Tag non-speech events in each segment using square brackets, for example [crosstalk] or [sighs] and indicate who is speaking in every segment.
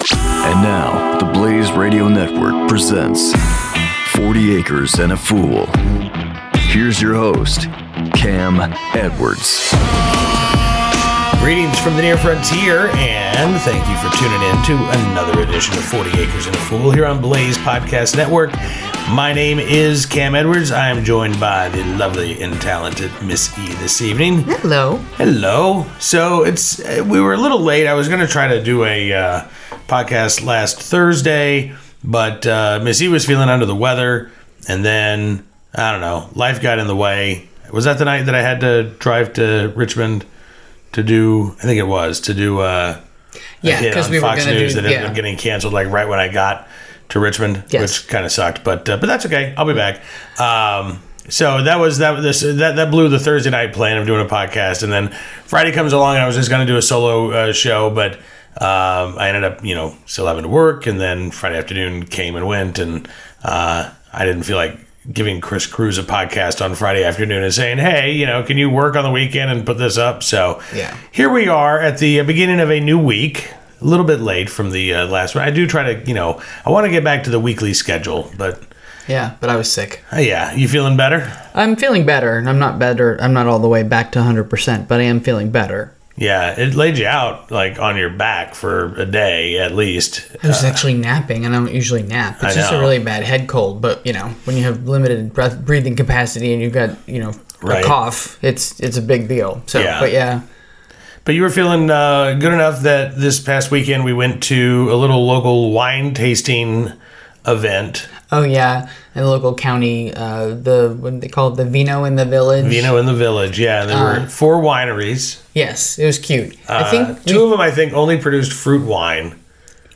Speaker 1: And now, the Blaze Radio Network presents 40 Acres and a Fool. Here's your host, Cam Edwards.
Speaker 2: Greetings from the near frontier, and thank you for tuning in to another edition of 40 Acres and a Fool here on Blaze Podcast Network. My name is Cam Edwards. I am joined by the lovely and talented Miss E this evening.
Speaker 3: Hello.
Speaker 2: Hello. So it's uh, we were a little late. I was going to try to do a uh, podcast last Thursday, but uh, Miss E was feeling under the weather, and then I don't know, life got in the way. Was that the night that I had to drive to Richmond to do? I think it was to do. Uh, a
Speaker 3: Yeah,
Speaker 2: hit
Speaker 3: because
Speaker 2: on
Speaker 3: we were
Speaker 2: Fox
Speaker 3: going to
Speaker 2: News
Speaker 3: do
Speaker 2: that ended up
Speaker 3: yeah.
Speaker 2: getting canceled like right when I got to Richmond,
Speaker 3: Yes. Mm-hmm.
Speaker 2: which kind of sucked. But uh, but that's okay. I'll be back. Um, so that was that this that that blew the Thursday night plan of doing a podcast, and then Friday comes along, and I was just going to do a solo uh, show, but. Um, I ended up, you know, still having to work, and then Friday afternoon came and went, and uh, I didn't feel like giving Chris Cruz a podcast on Friday afternoon and saying, "Hey, you know, can you work on the weekend and put this up?" So
Speaker 3: Yeah.
Speaker 2: here we are at the uh, beginning of a new week. A little bit late from the uh, last one. I do try to, you know, I want to get back to the weekly schedule, but
Speaker 3: Yeah, but I was sick.
Speaker 2: uh, yeah, you feeling better?
Speaker 3: I'm feeling better, and I'm not better. I'm not all the way back to 100%, but I am feeling better.
Speaker 2: Yeah, it laid you out like on your back for a day at least.
Speaker 3: I was actually napping, and I don't usually nap. It's just
Speaker 2: know.
Speaker 3: a really bad head cold, but you know, when you have limited breath breathing capacity and you've got you know
Speaker 2: Right.
Speaker 3: a cough, it's it's a big deal. So,
Speaker 2: Yeah.
Speaker 3: but yeah,
Speaker 2: But you were feeling uh, good enough that this past weekend we went to a little local wine tasting event,
Speaker 3: oh yeah, and the local county, uh, the what they call it, the vino in the village.
Speaker 2: Vino in the Village. Yeah, there were four wineries. Uh,
Speaker 3: Yes, it was cute. Uh, I think we
Speaker 2: Two of them, I think, only produced fruit wine.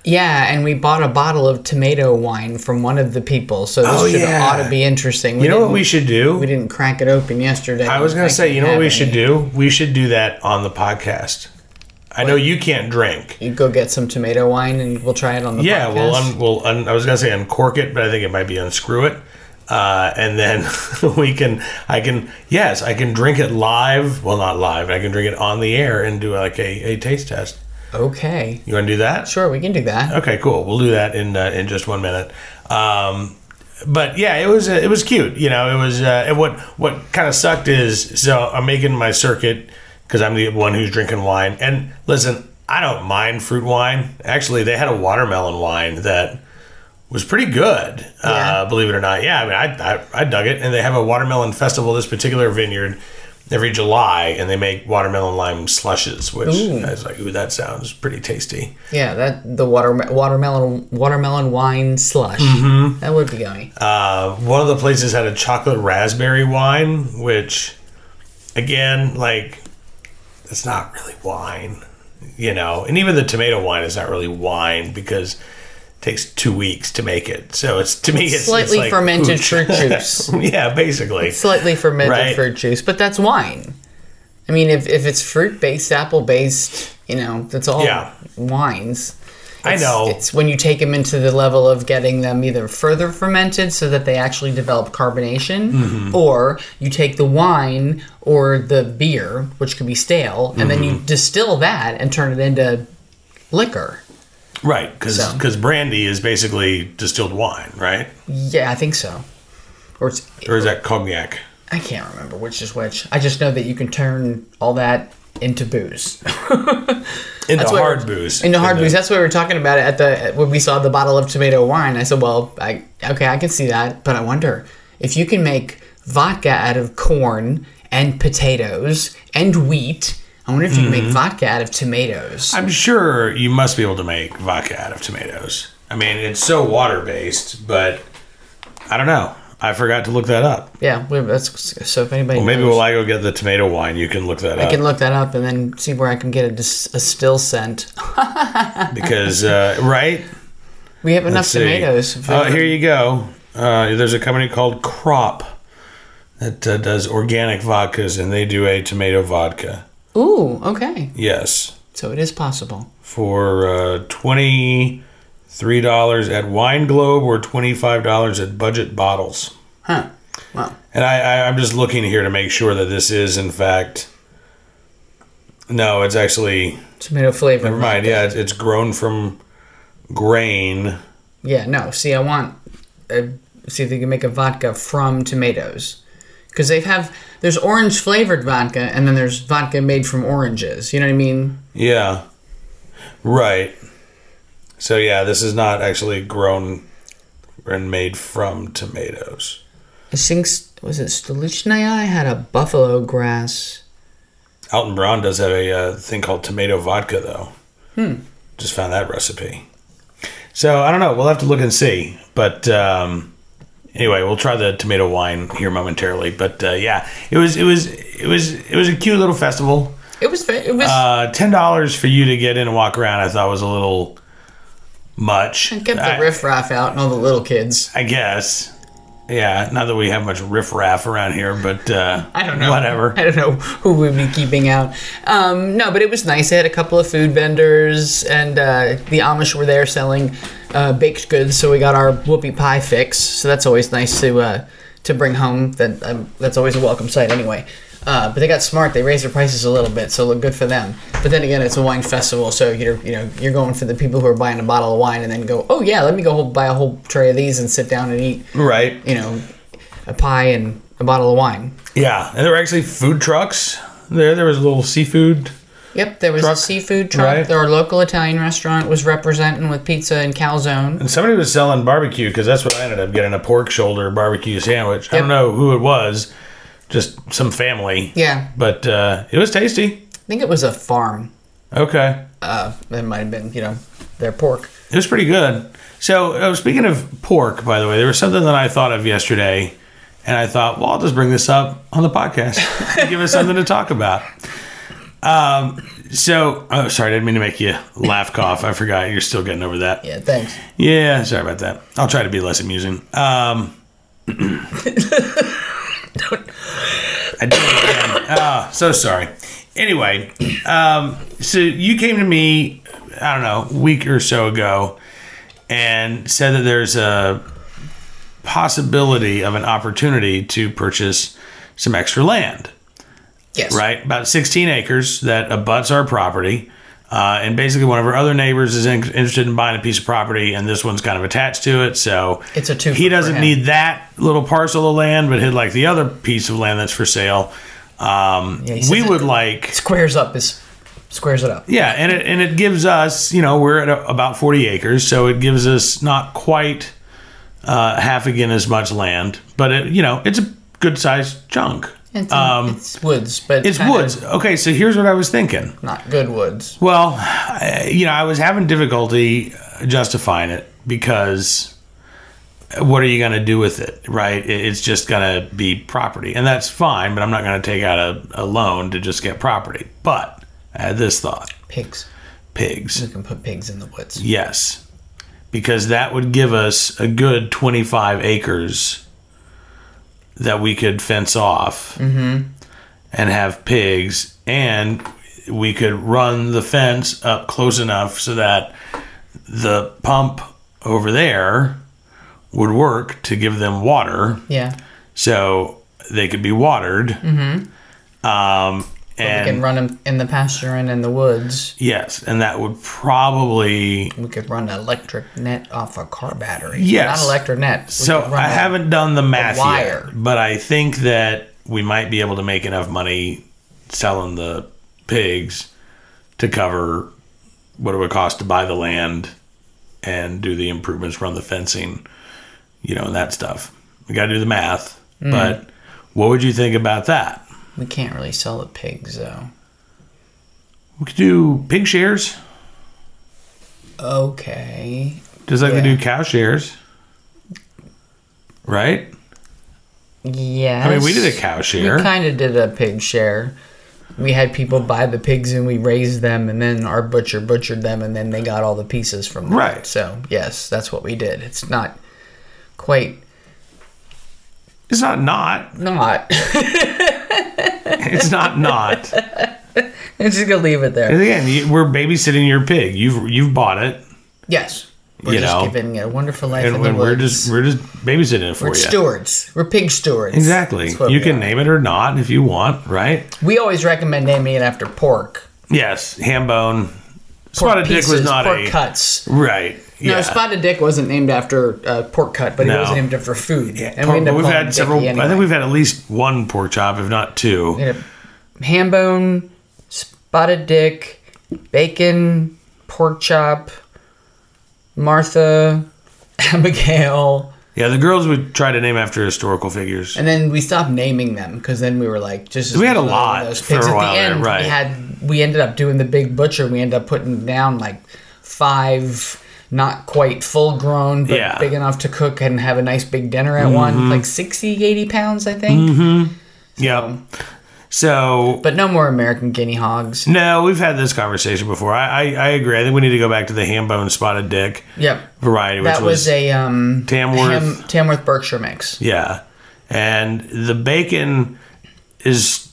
Speaker 3: Yeah, and we bought a bottle of tomato wine from one of the people, so this
Speaker 2: Oh,
Speaker 3: should
Speaker 2: yeah.
Speaker 3: ought to be interesting. We
Speaker 2: You know what
Speaker 3: didn't-
Speaker 2: we should do?
Speaker 3: We didn't crack it open yesterday.
Speaker 2: I was gonna say, you know what we should do? We should do that on the podcast. I know you can't drink.
Speaker 3: You go get some tomato wine, and we'll try it on the
Speaker 2: Yeah,
Speaker 3: podcast.
Speaker 2: we'll um, un, we'll un, I was gonna say uncork it, but I think it might be unscrew it, uh, and then [laughs] we can. I can yes, I can drink it live. Well, not live. I can drink it on the air and do like a, a taste test.
Speaker 3: okay,
Speaker 2: You want to do that?
Speaker 3: sure, we can do that.
Speaker 2: Okay, cool. We'll do that in uh, in just one minute. Um, but yeah, it was uh, it was cute. You know, it was. Uh, and what what kind of sucked is so I'm making my circuit because I'm the one who's drinking wine. And listen, I don't mind fruit wine. Actually, they had a watermelon wine that was pretty good.
Speaker 3: Yeah.
Speaker 2: Uh, believe it or not, yeah. I mean, I, I I dug it. And they have a watermelon festival. This particular vineyard. Every July, and they make watermelon lime slushes, which I was like, "Ooh, that sounds pretty tasty."
Speaker 3: Yeah, that the water watermelon watermelon wine slush
Speaker 2: Mm-hmm.
Speaker 3: that would be yummy.
Speaker 2: Uh, one of the places had a chocolate raspberry wine, which, again, like, it's not really wine, you know. And even the tomato wine is not really wine because it takes two weeks to make it. So it's to me, it's it's
Speaker 3: Slightly
Speaker 2: like
Speaker 3: fermented
Speaker 2: hooch. [laughs]
Speaker 3: fruit juice,
Speaker 2: yeah, basically.
Speaker 3: slightly fermented
Speaker 2: Right.
Speaker 3: fruit juice, but that's wine. I mean, if, if it's fruit based, apple based, you know, that's all
Speaker 2: Yeah.
Speaker 3: wines.
Speaker 2: I
Speaker 3: It's-
Speaker 2: know.
Speaker 3: It's when you take them into the level of getting them either further fermented so that they actually develop carbonation, or you take the wine or the beer, which could be stale, and then you distill that and turn it into liquor.
Speaker 2: right. Because
Speaker 3: So.
Speaker 2: brandy is basically distilled wine, right?
Speaker 3: Yeah, I think so. Or it's,
Speaker 2: Or is that cognac?
Speaker 3: I can't remember which is which. I just know that you can turn all that into booze.
Speaker 2: Into
Speaker 3: That's what-
Speaker 2: hard booze.
Speaker 3: Into hard booze. That's what we were talking about at the when we saw the bottle of tomato wine. I said, "Well, I okay, I can see that, but I wonder if you can make vodka out of corn and potatoes and wheat. I wonder if you
Speaker 2: Mm-hmm.
Speaker 3: can make vodka out of tomatoes."
Speaker 2: I'm sure you must be able to make vodka out of tomatoes. I mean, it's so water based, but I don't know. I forgot to look that up.
Speaker 3: yeah, well, that's so. If anybody,
Speaker 2: Well, uh, maybe
Speaker 3: knows,
Speaker 2: while I go get the tomato wine, you can look that
Speaker 3: I
Speaker 2: up
Speaker 3: can look that up and then see where I can get a, dis- a still scent.
Speaker 2: because
Speaker 3: [laughs]
Speaker 2: uh, right
Speaker 3: We have enough
Speaker 2: Let's see.
Speaker 3: tomatoes. if
Speaker 2: Oh,
Speaker 3: we-
Speaker 2: here you go. Uh, there's a company called Crop that uh, does organic vodkas, and they do a tomato vodka.
Speaker 3: Ooh, okay.
Speaker 2: Yes,
Speaker 3: So it is possible.
Speaker 2: for uh, twenty three dollars at Wine Globe or twenty five dollars at Budget Bottles.
Speaker 3: Huh. Well,
Speaker 2: And I, I, I'm just looking here to make sure that this is, in fact, no, it's actually
Speaker 3: tomato flavor.
Speaker 2: never mind. Yeah, it's, it's grown from grain.
Speaker 3: Yeah, no. See, I want uh, see if they can make a vodka from tomatoes because they have there's orange flavored vodka and then there's vodka made from oranges. You know what I mean?
Speaker 2: Yeah. Right. So yeah, this is not actually grown and made from tomatoes.
Speaker 3: I think s- was it Stolichnaya had a buffalo grass.
Speaker 2: Alton Brown does have a uh, thing called tomato vodka, though. Hmm. Just found that recipe. So I don't know. We'll have to look and see. But um, anyway, we'll try the tomato wine here momentarily. But uh, yeah, it was it was it was it was a cute little festival.
Speaker 3: It was fa- it was
Speaker 2: Uh, Ten dollars for you to get in and walk around, I thought was a little much.
Speaker 3: kept the
Speaker 2: I-
Speaker 3: riffraff out and all the little kids.
Speaker 2: I guess. Yeah, not that we have much riffraff around here, but uh,
Speaker 3: I don't know.
Speaker 2: Whatever.
Speaker 3: [laughs] I don't know who we'd be keeping out. Um, no, but it was nice. They had a couple of food vendors, and uh, the Amish were there selling uh, baked goods, so we got our whoopie pie fix. So that's always nice to uh, to bring home. That um, that's always a welcome sight, anyway. Uh, but they got smart. They raised their prices a little bit, so look good for them. But then again, it's a wine festival, so you're you know you're going for the people who are buying a bottle of wine and then go, oh yeah, let me go buy a whole tray of these and sit down and eat,
Speaker 2: Right.
Speaker 3: you know, a pie and a bottle of wine.
Speaker 2: Yeah, and there were actually food trucks there. There was a little seafood.
Speaker 3: Yep, there was
Speaker 2: Truck,
Speaker 3: a seafood truck.
Speaker 2: right?
Speaker 3: Our local Italian restaurant was representing with pizza and calzone.
Speaker 2: And somebody was selling barbecue because that's what I ended up getting a pork shoulder barbecue sandwich. I
Speaker 3: Yep.
Speaker 2: don't know who it was, just some family.
Speaker 3: Yeah,
Speaker 2: But uh, it was tasty.
Speaker 3: I think it was a farm.
Speaker 2: Okay.
Speaker 3: Uh, that might have been, you know, their pork.
Speaker 2: It was pretty good. So, uh, speaking of pork, by the way, there was something that I thought of yesterday, and I thought, well, I'll just bring this up on the podcast. Give us something to talk about. Um, so, oh, sorry, I didn't mean to make you laugh, cough. I forgot you're still getting over that.
Speaker 3: Yeah, thanks.
Speaker 2: Yeah, sorry about that. I'll try to be less amusing. Um, I did it again. Ah, so sorry. Anyway, um, so you came to me, I don't know, a week or so ago, and said that there's a possibility of an opportunity to purchase some extra land
Speaker 3: Yes.
Speaker 2: right? About 16 acres that abuts our property. Uh, and basically, one of our other neighbors is in, interested in buying a piece of property, and this one's kind of attached to it. So
Speaker 3: It's a twofer
Speaker 2: He
Speaker 3: for
Speaker 2: doesn't
Speaker 3: him.
Speaker 2: need that little parcel of land, but he'd like the other piece of land that's for sale. Um,
Speaker 3: he says
Speaker 2: we
Speaker 3: it-
Speaker 2: would like,
Speaker 3: Squares up is squares it up.
Speaker 2: yeah, and it and it gives us, you know, we're at a, about 40 acres, so it gives us not quite uh, half again as much land, but it, you know, it's a good sized chunk.
Speaker 3: It's, um, it's woods, but
Speaker 2: Um, It's
Speaker 3: kinda
Speaker 2: woods. Okay, so here's what I was thinking.
Speaker 3: Not good woods.
Speaker 2: Well, I- you know, I was having difficulty justifying it because what are you going to do with it, right? It- It's just going to be property, and that's fine. But I'm not going to take out a, a loan to just get property. But I had this thought:
Speaker 3: Pigs.
Speaker 2: pigs,
Speaker 3: You can put pigs in the woods.
Speaker 2: yes, because that would give us a good 25 acres that we could fence off
Speaker 3: Mm-hmm.
Speaker 2: and have pigs and we could run the fence up close enough so that the pump over there would work to give them water
Speaker 3: Yeah.
Speaker 2: so they could be watered um,
Speaker 3: Mm-hmm. We
Speaker 2: and
Speaker 3: can run them in the pasture and in the woods.
Speaker 2: yes and that would probably
Speaker 3: We could run an electric net off a car battery.
Speaker 2: Yes.
Speaker 3: Not electric net. We
Speaker 2: so
Speaker 3: could run
Speaker 2: i
Speaker 3: a-
Speaker 2: haven't done the math
Speaker 3: wire.
Speaker 2: yet but i think that we might be able to make enough money selling the pigs to cover what it would cost to buy the land and do the improvements, run the fencing, you know, and that stuff. We got to do the math.
Speaker 3: Mm.
Speaker 2: But what would you think about that?
Speaker 3: We can't really sell the pigs though.
Speaker 2: We could do pig shares,
Speaker 3: Okay.
Speaker 2: just like
Speaker 3: Yeah.
Speaker 2: we do cow shares, right?
Speaker 3: Yes.
Speaker 2: I mean, we did a cow share.
Speaker 3: We kind of did a pig share. We had people buy the pigs and we raised them, and then our butcher butchered them, and then they got all the pieces from them.
Speaker 2: Right.
Speaker 3: So yes, that's what we did. It's not quite
Speaker 2: It's not not.
Speaker 3: not. [laughs]
Speaker 2: It's not not.
Speaker 3: I'm just gonna leave it there.
Speaker 2: And again, you- we're babysitting your pig. You've you've bought it,
Speaker 3: Yes. We're
Speaker 2: You
Speaker 3: just
Speaker 2: know,
Speaker 3: giving it a wonderful life
Speaker 2: and,
Speaker 3: in the
Speaker 2: and we're
Speaker 3: woods.
Speaker 2: just we're just babysitting it for
Speaker 3: We're
Speaker 2: you.
Speaker 3: stewards. We're pig stewards.
Speaker 2: Exactly.
Speaker 3: That's what
Speaker 2: You
Speaker 3: we
Speaker 2: can
Speaker 3: are.
Speaker 2: name it or not if you want, right?
Speaker 3: We always recommend naming it after pork.
Speaker 2: Yes, ham bone, Spotted dick was
Speaker 3: pieces,
Speaker 2: not
Speaker 3: pork
Speaker 2: a-
Speaker 3: cuts.
Speaker 2: Right.
Speaker 3: No,
Speaker 2: Yeah.
Speaker 3: spotted dick wasn't named after uh, pork cut, but it
Speaker 2: No.
Speaker 3: was named after food. and
Speaker 2: Pork-
Speaker 3: we ended
Speaker 2: but
Speaker 3: up
Speaker 2: we've
Speaker 3: calling
Speaker 2: had
Speaker 3: it
Speaker 2: several.
Speaker 3: Dickie Anyway.
Speaker 2: I think we've had at least one pork chop, if not two.
Speaker 3: We had a ham bone, spotted dick, bacon, pork chop, Martha, [laughs] Abigail.
Speaker 2: Yeah, the girls would try to name after historical figures.
Speaker 3: And then we stopped naming them because then we were like, just
Speaker 2: We had a
Speaker 3: another
Speaker 2: lot
Speaker 3: one of those
Speaker 2: for
Speaker 3: pigs.
Speaker 2: a
Speaker 3: At the
Speaker 2: while there,
Speaker 3: end,
Speaker 2: right.
Speaker 3: We had we ended up doing the big butcher. We ended up putting down like five, not quite full grown, but
Speaker 2: Yeah. Mm-hmm.
Speaker 3: big enough to cook and have a nice big dinner at one, like 60, 80 pounds, I think.
Speaker 2: yeah. So
Speaker 3: But no more American guinea hogs.
Speaker 2: no, we've had this conversation before. I, I I agree. I think we need to go back to the ham bone spotted dick
Speaker 3: Yep.
Speaker 2: variety, which
Speaker 3: That was, a um,
Speaker 2: Tamworth.
Speaker 3: Tam- Tamworth Berkshire mix.
Speaker 2: yeah, and the bacon is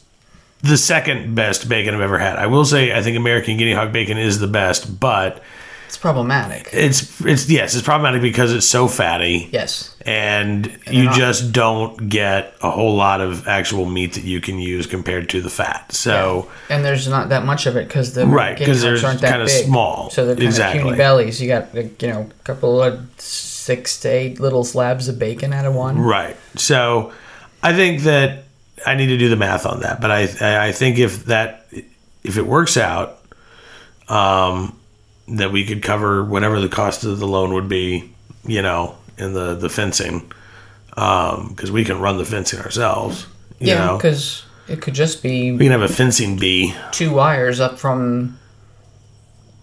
Speaker 2: the second best bacon I've ever had. I will say I think American guinea hog bacon is the best, but
Speaker 3: It's problematic.
Speaker 2: it's it's yes, it's problematic because it's so fatty.
Speaker 3: Yes.
Speaker 2: and you
Speaker 3: not-
Speaker 2: just don't get a whole lot of actual meat that you can use compared to the fat. So
Speaker 3: And there's not that much of it because the
Speaker 2: Right,
Speaker 3: guinea
Speaker 2: 'cause
Speaker 3: hogs
Speaker 2: they're
Speaker 3: aren't that
Speaker 2: kinda
Speaker 3: big.
Speaker 2: small.
Speaker 3: so they're kind
Speaker 2: Exactly.
Speaker 3: of puny bellies. You got like, you know a couple of six to eight little slabs of bacon out of one.
Speaker 2: right. So I think that I need to do the math on that, but I- I I think if that if it works out, um, that we could cover whatever the cost of the loan would be, you know, in the the fencing, because we can run the fencing ourselves. You
Speaker 3: yeah,
Speaker 2: know?
Speaker 3: because it could just be
Speaker 2: we can have a fencing bee.
Speaker 3: two wires up from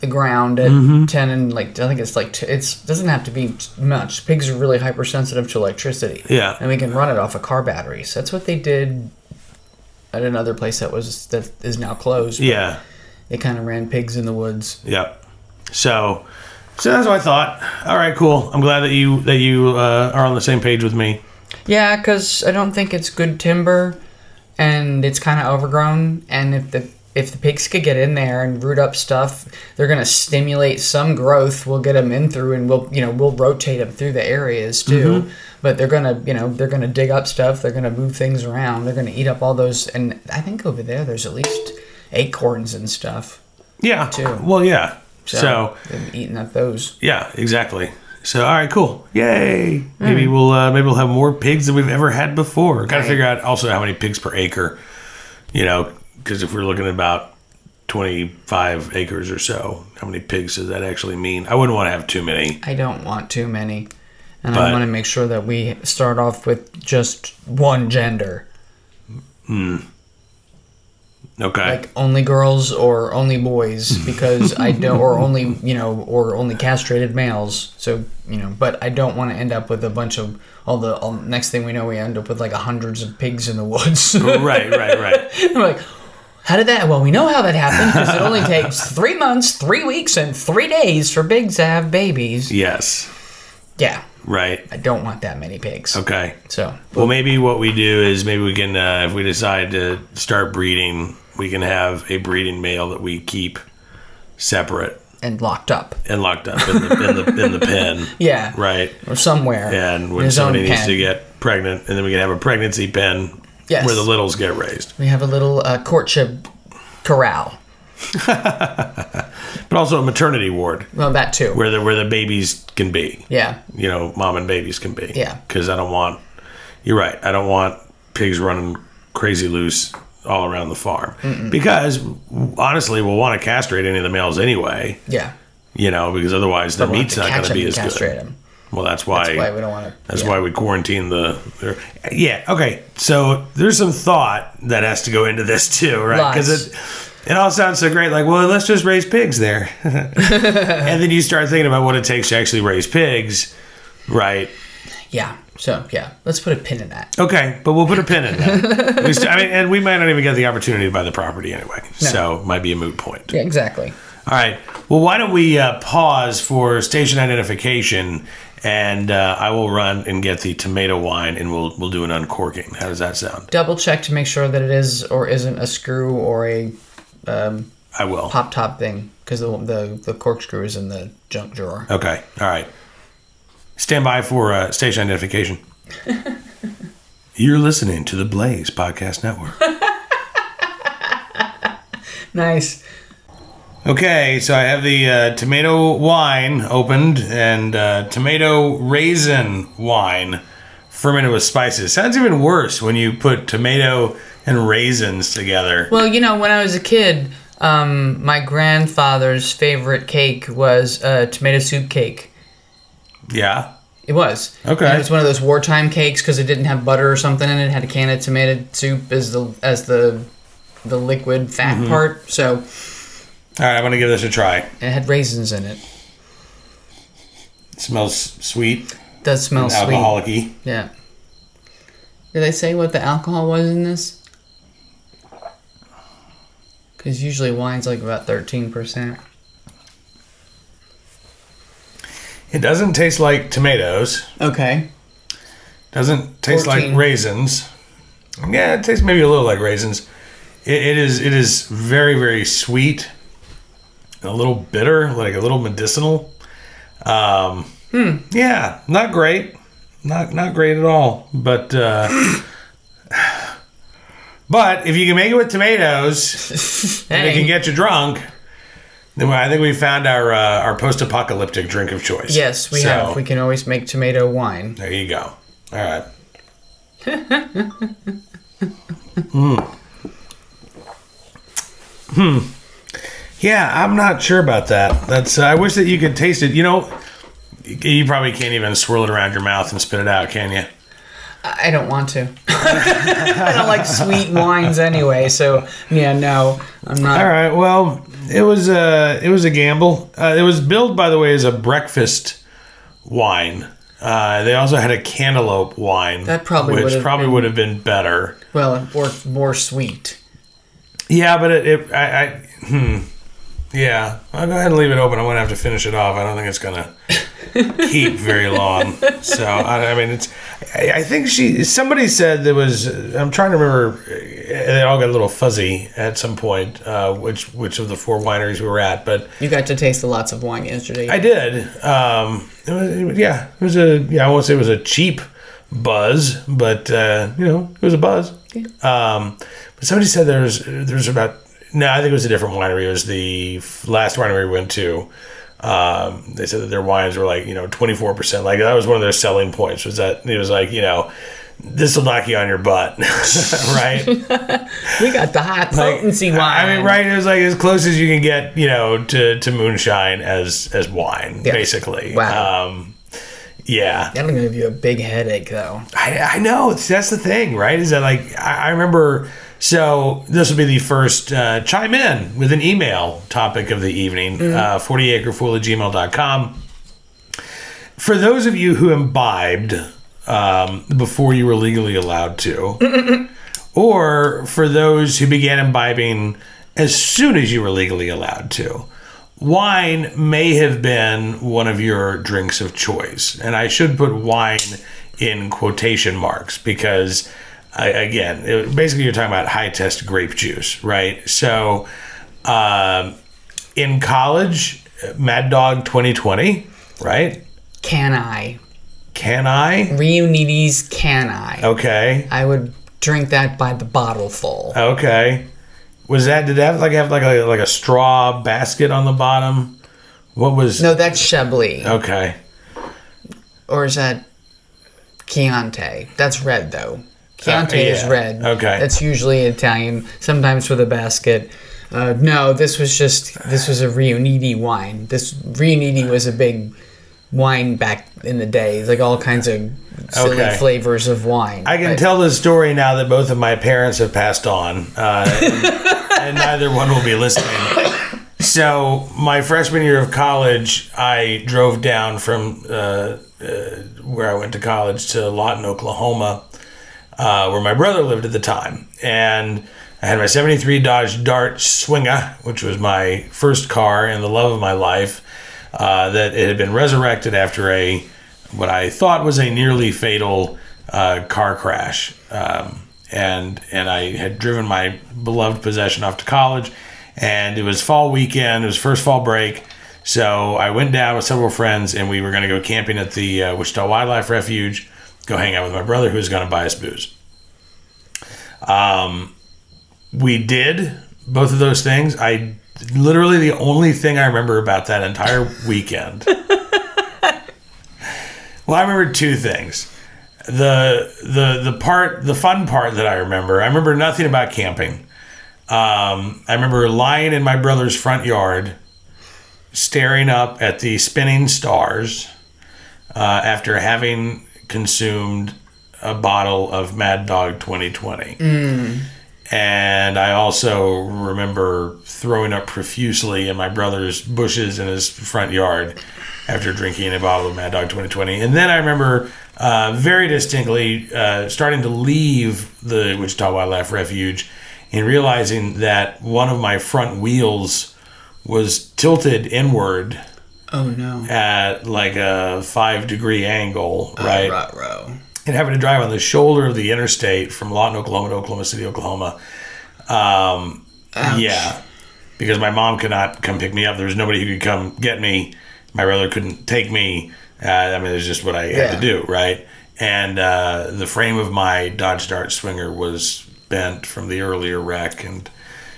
Speaker 3: the ground at
Speaker 2: Mm-hmm.
Speaker 3: ten and like I think it's like t- it's doesn't have to be t- much. Pigs are really hypersensitive to electricity.
Speaker 2: Yeah.
Speaker 3: and we can run it off of car batteries. That's what they did at another place that was that is now closed.
Speaker 2: Yeah.
Speaker 3: They kind of ran pigs in the woods.
Speaker 2: Yep. So, so that's what I thought. All right, cool. I'm glad that you that you uh, are on the same page with me.
Speaker 3: Yeah, because I don't think it's good timber, and it's kind of overgrown. And if the if the pigs could get in there and root up stuff, they're gonna stimulate some growth. We'll get them in through, and we'll you know we'll rotate them through the areas too.
Speaker 2: Mm-hmm.
Speaker 3: But they're gonna you know they're gonna dig up stuff. They're gonna move things around. They're gonna eat up all those. And I think over there there's at least acorns and stuff.
Speaker 2: Yeah.
Speaker 3: Too.
Speaker 2: Well, yeah. So,
Speaker 3: they've eaten up those.
Speaker 2: yeah, exactly. So, all right, cool. Yay! Maybe we'll uh, maybe we'll have more pigs than we've ever had before. Got to
Speaker 3: Right.
Speaker 2: figure out also how many pigs per acre. You know, because if we're looking at about 25 acres or so, how many pigs does that actually mean? I wouldn't want to have too many.
Speaker 3: I don't want too many. And
Speaker 2: But-
Speaker 3: I want to make sure that we start off with just one gender.
Speaker 2: Okay.
Speaker 3: Like only girls or only
Speaker 2: [laughs]
Speaker 3: boys because I don't or only, you know, or only castrated males. So, you know, but I don't want to end up with a bunch of all the all, next thing we know we end up with like hundreds of pigs in the woods. [laughs]
Speaker 2: [laughs] right, right, right.
Speaker 3: I'm like how did that? Well, we know how that happened because it only
Speaker 2: [laughs]
Speaker 3: takes three months, three weeks, and three days for pigs to have babies.
Speaker 2: Yes.
Speaker 3: Yeah,
Speaker 2: Right.
Speaker 3: I don't want that many pigs.
Speaker 2: Okay.
Speaker 3: So
Speaker 2: Well, maybe what we do is maybe we can, uh, if we decide to start breeding, we can have a breeding male that we keep separate
Speaker 3: and locked up.
Speaker 2: and locked up in the in the, in the pen,
Speaker 3: [laughs] Yeah.
Speaker 2: right?
Speaker 3: Or somewhere.
Speaker 2: And
Speaker 3: in
Speaker 2: when
Speaker 3: his own
Speaker 2: somebody needs
Speaker 3: pen.
Speaker 2: to get pregnant, and then we can have a pregnancy pen
Speaker 3: Yes.
Speaker 2: where the littles get raised.
Speaker 3: We have a little uh, courtship corral.
Speaker 2: But also a maternity ward
Speaker 3: Well, that too.
Speaker 2: where the where the babies can be,
Speaker 3: yeah.
Speaker 2: you know, mom and babies can be.
Speaker 3: Yeah.
Speaker 2: Because I don't want. You're right. I don't want pigs running crazy loose all around the farm because honestly, we'll want to castrate any of the males anyway.
Speaker 3: Yeah.
Speaker 2: you know, because otherwise the
Speaker 3: We'll have
Speaker 2: meat's
Speaker 3: to
Speaker 2: not going
Speaker 3: catch
Speaker 2: to
Speaker 3: 'em
Speaker 2: be
Speaker 3: and
Speaker 2: as
Speaker 3: castrate
Speaker 2: good.
Speaker 3: 'em.
Speaker 2: Well, that's why.
Speaker 3: That's why we don't want to.
Speaker 2: that's why we quarantine the. or- Yeah. Okay. So there's some thought that has to go into this too, right? Because
Speaker 3: Lots.
Speaker 2: it it all sounds so great. Like, well, let's just raise pigs there, [laughs] and then you start thinking about what it takes to actually raise pigs, right?
Speaker 3: Yeah. So yeah, let's put a pin in that.
Speaker 2: Okay, but we'll put a pin in that. we st- I mean, and we might not even get the opportunity to buy the property anyway, so it might be a moot point.
Speaker 3: Yeah, exactly.
Speaker 2: All right. Well, why don't we uh, pause for station identification, and uh, I will run and get the tomato wine, and we'll we'll do an uncorking. How does that sound?
Speaker 3: Double check to make sure that it is or isn't a screw or a
Speaker 2: I will.
Speaker 3: pop top thing because the, the the corkscrew is in the junk drawer.
Speaker 2: Okay. All right. Stand by for uh, station identification. You're listening to the Blaze Podcast Network.
Speaker 3: Nice.
Speaker 2: Okay, so I have the uh, tomato wine opened and uh, tomato raisin wine fermented with spices. Sounds even worse when you put tomato and raisins together.
Speaker 3: Well, you know, when I was a kid, um, my grandfather's favorite cake was a tomato soup cake.
Speaker 2: Yeah.
Speaker 3: It was.
Speaker 2: Okay.
Speaker 3: And it was one of those wartime cakes because it didn't have butter or something in it. It had a can of tomato soup as the as the the liquid fat
Speaker 2: Mm-hmm.
Speaker 3: part. So
Speaker 2: All right, I'm going to give this a try.
Speaker 3: it had raisins in it.
Speaker 2: It smells sweet,
Speaker 3: Does smell sweet.
Speaker 2: alcoholic y.
Speaker 3: Yeah. Did they say what the alcohol was in this? Because usually wine's like about thirteen percent.
Speaker 2: It doesn't taste like tomatoes,
Speaker 3: Okay.
Speaker 2: doesn't taste
Speaker 3: 14.
Speaker 2: like raisins. Yeah, it tastes maybe a little like raisins. It, it is it is very very sweet, a little bitter, like a little medicinal. Um, Yeah, not great, not not great at all. But uh, [sighs] but if you can make it with tomatoes, and it
Speaker 3: Hey.
Speaker 2: can get you drunk. Then I think we found our uh, our post apocalyptic drink of choice.
Speaker 3: yes, we
Speaker 2: So,
Speaker 3: have. We can always make tomato wine.
Speaker 2: There you go. All right.
Speaker 3: [laughs]
Speaker 2: Hmm. Hmm. Yeah, I'm not sure about that. That's. uh, I wish that you could taste it. You know, you probably can't even swirl it around your mouth and spit it out, can you?
Speaker 3: I I don't want to. [laughs] I don't like sweet wines anyway. So yeah, no, I'm not.
Speaker 2: All right. Well, it was a it was a gamble. Uh, it was billed, by the way, as a breakfast wine. Uh, they also had a cantaloupe wine,
Speaker 3: That probably
Speaker 2: which
Speaker 3: would've
Speaker 2: probably
Speaker 3: been-
Speaker 2: would have been better.
Speaker 3: Well, or more sweet.
Speaker 2: Yeah, but it, it I, I hmm. Yeah, I'll go ahead and leave it open. I'm gonna have to finish it off. I don't think it's gonna keep very long. So I, I mean, it's. I, I think she. Somebody said there was. I'm trying to remember. uh, They all got a little fuzzy at some point. Uh, which which of the four wineries we were at, but
Speaker 3: You got to taste the lots of wine yesterday.
Speaker 2: I did. Um, it was, it was- yeah, it was a. Yeah, I won't say it was a cheap buzz, but uh, you know, it was a buzz. Um, but somebody said there's there's about no, I think it was a different winery. It was the f- last winery we went to. Um, they said that their wines were like you know 24 percent. Like that was one of their selling points. Was that it was like you know. This will knock you on your butt, [laughs] right?
Speaker 3: we got the high
Speaker 2: Like,
Speaker 3: potency wine.
Speaker 2: I mean, right? It was like as close as you can get, you know, to, to moonshine as as wine,
Speaker 3: Yeah.
Speaker 2: basically.
Speaker 3: Wow.
Speaker 2: Um, yeah,
Speaker 3: That'll give you a big headache, though.
Speaker 2: I, I know. It's- That's the thing, right? Is that like I, I remember? So this will be the first uh, chime in with an email topic of the evening. Uh, Forty acre fool at gmail.com. For those of you who imbibed um, before you were legally allowed to, or for those who began imbibing as soon as you were legally allowed to. Wine may have been one of your drinks of choice. And I should put wine in quotation marks because, I, again, it, basically you're talking about high test grape juice, right? So um, in college, Mad Dog 2020, right?
Speaker 3: Can I?
Speaker 2: Can I?
Speaker 3: Reunities, can I?
Speaker 2: Oh. Okay.
Speaker 3: I would drink that by the bottle full.
Speaker 2: Okay. Was that, did that have like have like a, like a straw basket on the bottom? What was,
Speaker 3: no, that's Chablis.
Speaker 2: okay.
Speaker 3: Or is that Chianti? That's red, though. Chianti
Speaker 2: Uh,
Speaker 3: is
Speaker 2: yeah.
Speaker 3: red.
Speaker 2: Okay.
Speaker 3: That's usually Italian, sometimes with a basket. Uh, no, this was just, this was a Riuniti wine. This Riuniti was a big wine back in the day, like all kinds of silly
Speaker 2: Okay.
Speaker 3: flavors of wine.
Speaker 2: I can
Speaker 3: But-
Speaker 2: tell this story now that both of my parents have passed on, uh, and, and neither one will be listening. So, my freshman year of college, I drove down from uh, uh, where I went to college to Lawton, Oklahoma, uh, where my brother lived at the time. And I had my 73 Dodge Dart Swinger, which was my first car and the love of my life, uh, that it had been resurrected after a what I thought was a nearly fatal uh, car crash. Um, and and I had driven my beloved possession off to college, and it was fall weekend. It was first fall break, so I went down with several friends, and we were going to go camping at the uh, Wichita Wildlife Refuge, go hang out with my brother, who was going to buy us booze. We did both of those things. I literally the only thing I remember about that entire weekend. well, I remember two things. The the the part the fun part that I remember. I remember nothing about camping. Um, I remember lying in my brother's front yard, staring up at the spinning stars, uh, after having consumed a bottle of Mad Dog 2020. And I also remember throwing up profusely in my brother's bushes in his front yard after drinking a bottle of Mad Dog 2020. And then I remember uh, very distinctly uh, starting to leave the Wichita Wildlife Refuge and realizing that one of my front wheels was tilted inward
Speaker 3: Oh no.
Speaker 2: at like a five degree angle, right?
Speaker 3: Ruh-roh.
Speaker 2: and having to drive on the shoulder of the interstate from Lawton, Oklahoma to Oklahoma City, Oklahoma. Um, yeah, because my mom could not come pick me up. There was nobody who could come get me. My brother couldn't take me. Uh, I mean, it's just what I had
Speaker 3: Yeah.
Speaker 2: to do, right? And uh, the frame of my Dodge Dart Swinger was bent from the earlier wreck, and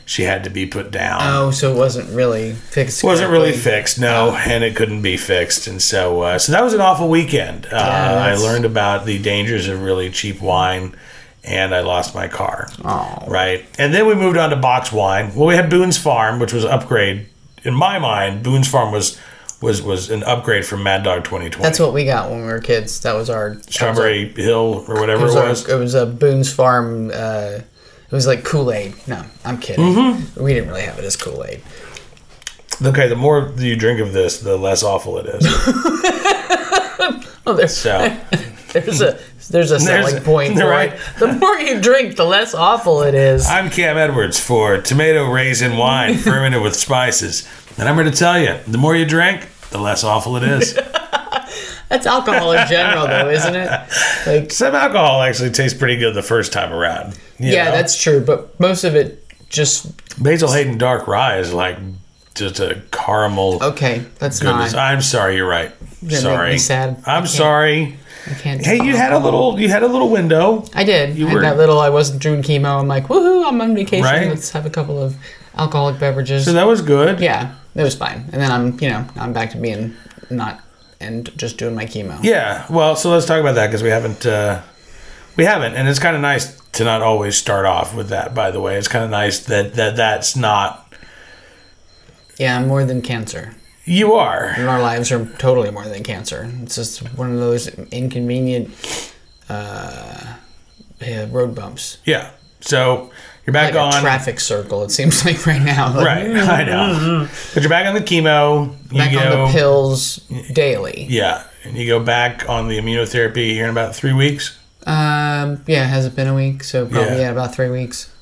Speaker 2: she had to be put down
Speaker 3: Oh, so it wasn't really fixed.
Speaker 2: wasn't really
Speaker 3: correctly.
Speaker 2: fixed no and it couldn't be fixed and so uh, so that was an awful weekend uh, i
Speaker 3: that's-
Speaker 2: learned about the dangers of really cheap wine and i lost my car
Speaker 3: Oh.
Speaker 2: right and then we moved on to box wine well we had boone's farm which was upgrade in my mind boone's farm was was was an upgrade from mad dog 2020
Speaker 3: That's what we got when we were kids. That was our
Speaker 2: strawberry hill or whatever
Speaker 3: That
Speaker 2: it
Speaker 3: was
Speaker 2: was,
Speaker 3: our- it, was our, it was a Boone's Farm. Uh, it was like Kool Aid. No, I'm kidding.
Speaker 2: Mm-hmm.
Speaker 3: We didn't really have it as Kool Aid.
Speaker 2: okay the more you drink of this the less awful it
Speaker 3: [laughs]
Speaker 2: is
Speaker 3: Oh, there's [laughs]
Speaker 2: so
Speaker 3: there's a there's a selling
Speaker 2: a-
Speaker 3: point.
Speaker 2: they're [laughs]
Speaker 3: for
Speaker 2: right.
Speaker 3: it. The more you drink, the less awful it is.
Speaker 2: I'm Cam Edwards for Tomato Raisin
Speaker 3: [laughs]
Speaker 2: Wine fermented with spices. And I'm here to tell you the more you drink, the less awful it
Speaker 3: [laughs]
Speaker 2: is.
Speaker 3: That's alcohol in general, though, isn't it? Like,
Speaker 2: Some alcohol actually tastes pretty good the first time around. you
Speaker 3: yeah,
Speaker 2: know?
Speaker 3: that's true. But most of it just
Speaker 2: Basil Hayden Dark Rye is like just a caramel
Speaker 3: okay. That's
Speaker 2: goodness.
Speaker 3: not.
Speaker 2: I'm sorry, you're right.
Speaker 3: make
Speaker 2: sorry.
Speaker 3: me sad. I
Speaker 2: I'm
Speaker 3: can't-
Speaker 2: sorry.
Speaker 3: I can't.
Speaker 2: Hey, you had a little you had a little window.
Speaker 3: I did.
Speaker 2: You
Speaker 3: I
Speaker 2: were-
Speaker 3: had that little. I wasn't doing chemo. I'm like, woohoo! I'm on vacation.
Speaker 2: Right.
Speaker 3: Let's have a couple of alcoholic beverages.
Speaker 2: So that was good.
Speaker 3: yeah, it was fine. And then I'm, you know, I'm back to being not and just doing my chemo.
Speaker 2: Yeah. Well, so let's talk about that because we haven't uh, we haven't, and it's kind of nice to not always start off with that. By the way, it's kind of nice that that that's not
Speaker 3: Yeah, more than cancer.
Speaker 2: you are.
Speaker 3: And our lives are totally more than cancer. It's just one of those inconvenient uh, yeah, road bumps.
Speaker 2: Yeah. So you're back
Speaker 3: Like a
Speaker 2: on.
Speaker 3: traffic circle, it seems [laughs] like right now. Like,
Speaker 2: Right, [laughs] I know. But you're back on the chemo. You
Speaker 3: Back
Speaker 2: go,
Speaker 3: on the pills daily.
Speaker 2: Yeah, and you go back on the immunotherapy here in about three weeks.
Speaker 3: Um, yeah, it hasn't been a week, so probably
Speaker 2: Yeah.
Speaker 3: yeah, about three weeks.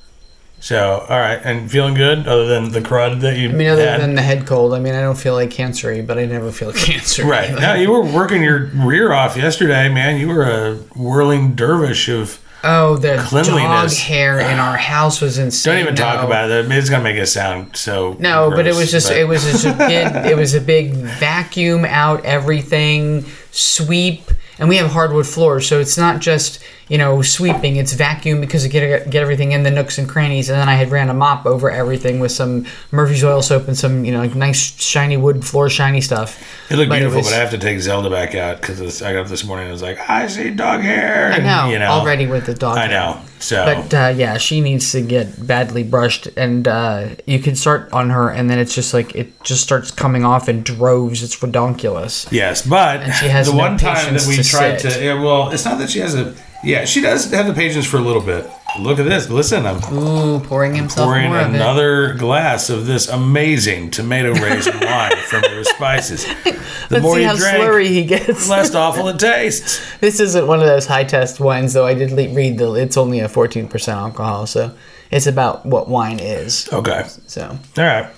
Speaker 2: So, all right, and feeling good other than the crud that you
Speaker 3: I mean, other
Speaker 2: had?
Speaker 3: than the head cold, I mean, I don't feel like cancery, but I never feel [laughs] cancer.
Speaker 2: Right.
Speaker 3: Like,
Speaker 2: No, you were working your rear off yesterday, man. You were a whirling dervish of
Speaker 3: Oh, the dog
Speaker 2: Cleanliness.
Speaker 3: hair in our house was insane.
Speaker 2: Don't even talk
Speaker 3: No.
Speaker 2: about it. It's gonna make it sound so.
Speaker 3: No, but it
Speaker 2: gross,
Speaker 3: was just
Speaker 2: but-
Speaker 3: it was just a
Speaker 2: [laughs]
Speaker 3: big it was a big vacuum out everything sweep, and we have hardwood floors, so it's not just you know sweeping. It's vacuum because you get get everything in the nooks and crannies, and then I had ran a mop over everything with some Murphy's oil soap and some you know like nice shiny wood floor shiny stuff.
Speaker 2: It looked
Speaker 3: but it
Speaker 2: beautiful,
Speaker 3: was-
Speaker 2: but I have to take Zelda back out because I got up this morning and I was like, I see dog hair.
Speaker 3: I
Speaker 2: and,
Speaker 3: know,
Speaker 2: you know,
Speaker 3: already with the dog.
Speaker 2: I know. So
Speaker 3: But uh, yeah, she needs to get badly brushed, and uh, you can start on her, and then it's just like it just starts coming off in droves. It's redonkulous.
Speaker 2: yes, but
Speaker 3: she has
Speaker 2: the
Speaker 3: no
Speaker 2: one time that
Speaker 3: patience
Speaker 2: we
Speaker 3: to
Speaker 2: tried
Speaker 3: sit.
Speaker 2: to, yeah, well, it's not that she has a, yeah, she does have the patience for a little bit. Look at this. Listen, I'm
Speaker 3: Ooh, pouring himself
Speaker 2: pouring
Speaker 3: more of it.
Speaker 2: another glass of this amazing tomato
Speaker 3: [laughs]
Speaker 2: raisin wine from the spices. The
Speaker 3: Let's
Speaker 2: more
Speaker 3: see
Speaker 2: you
Speaker 3: how
Speaker 2: drink,
Speaker 3: slurry he gets.
Speaker 2: the
Speaker 3: [laughs]
Speaker 2: less awful it tastes.
Speaker 3: this isn't one of those high test wines, though. I did le- read the it's only a fourteen percent alcohol, so it's about what wine is.
Speaker 2: Okay.
Speaker 3: So
Speaker 2: All right.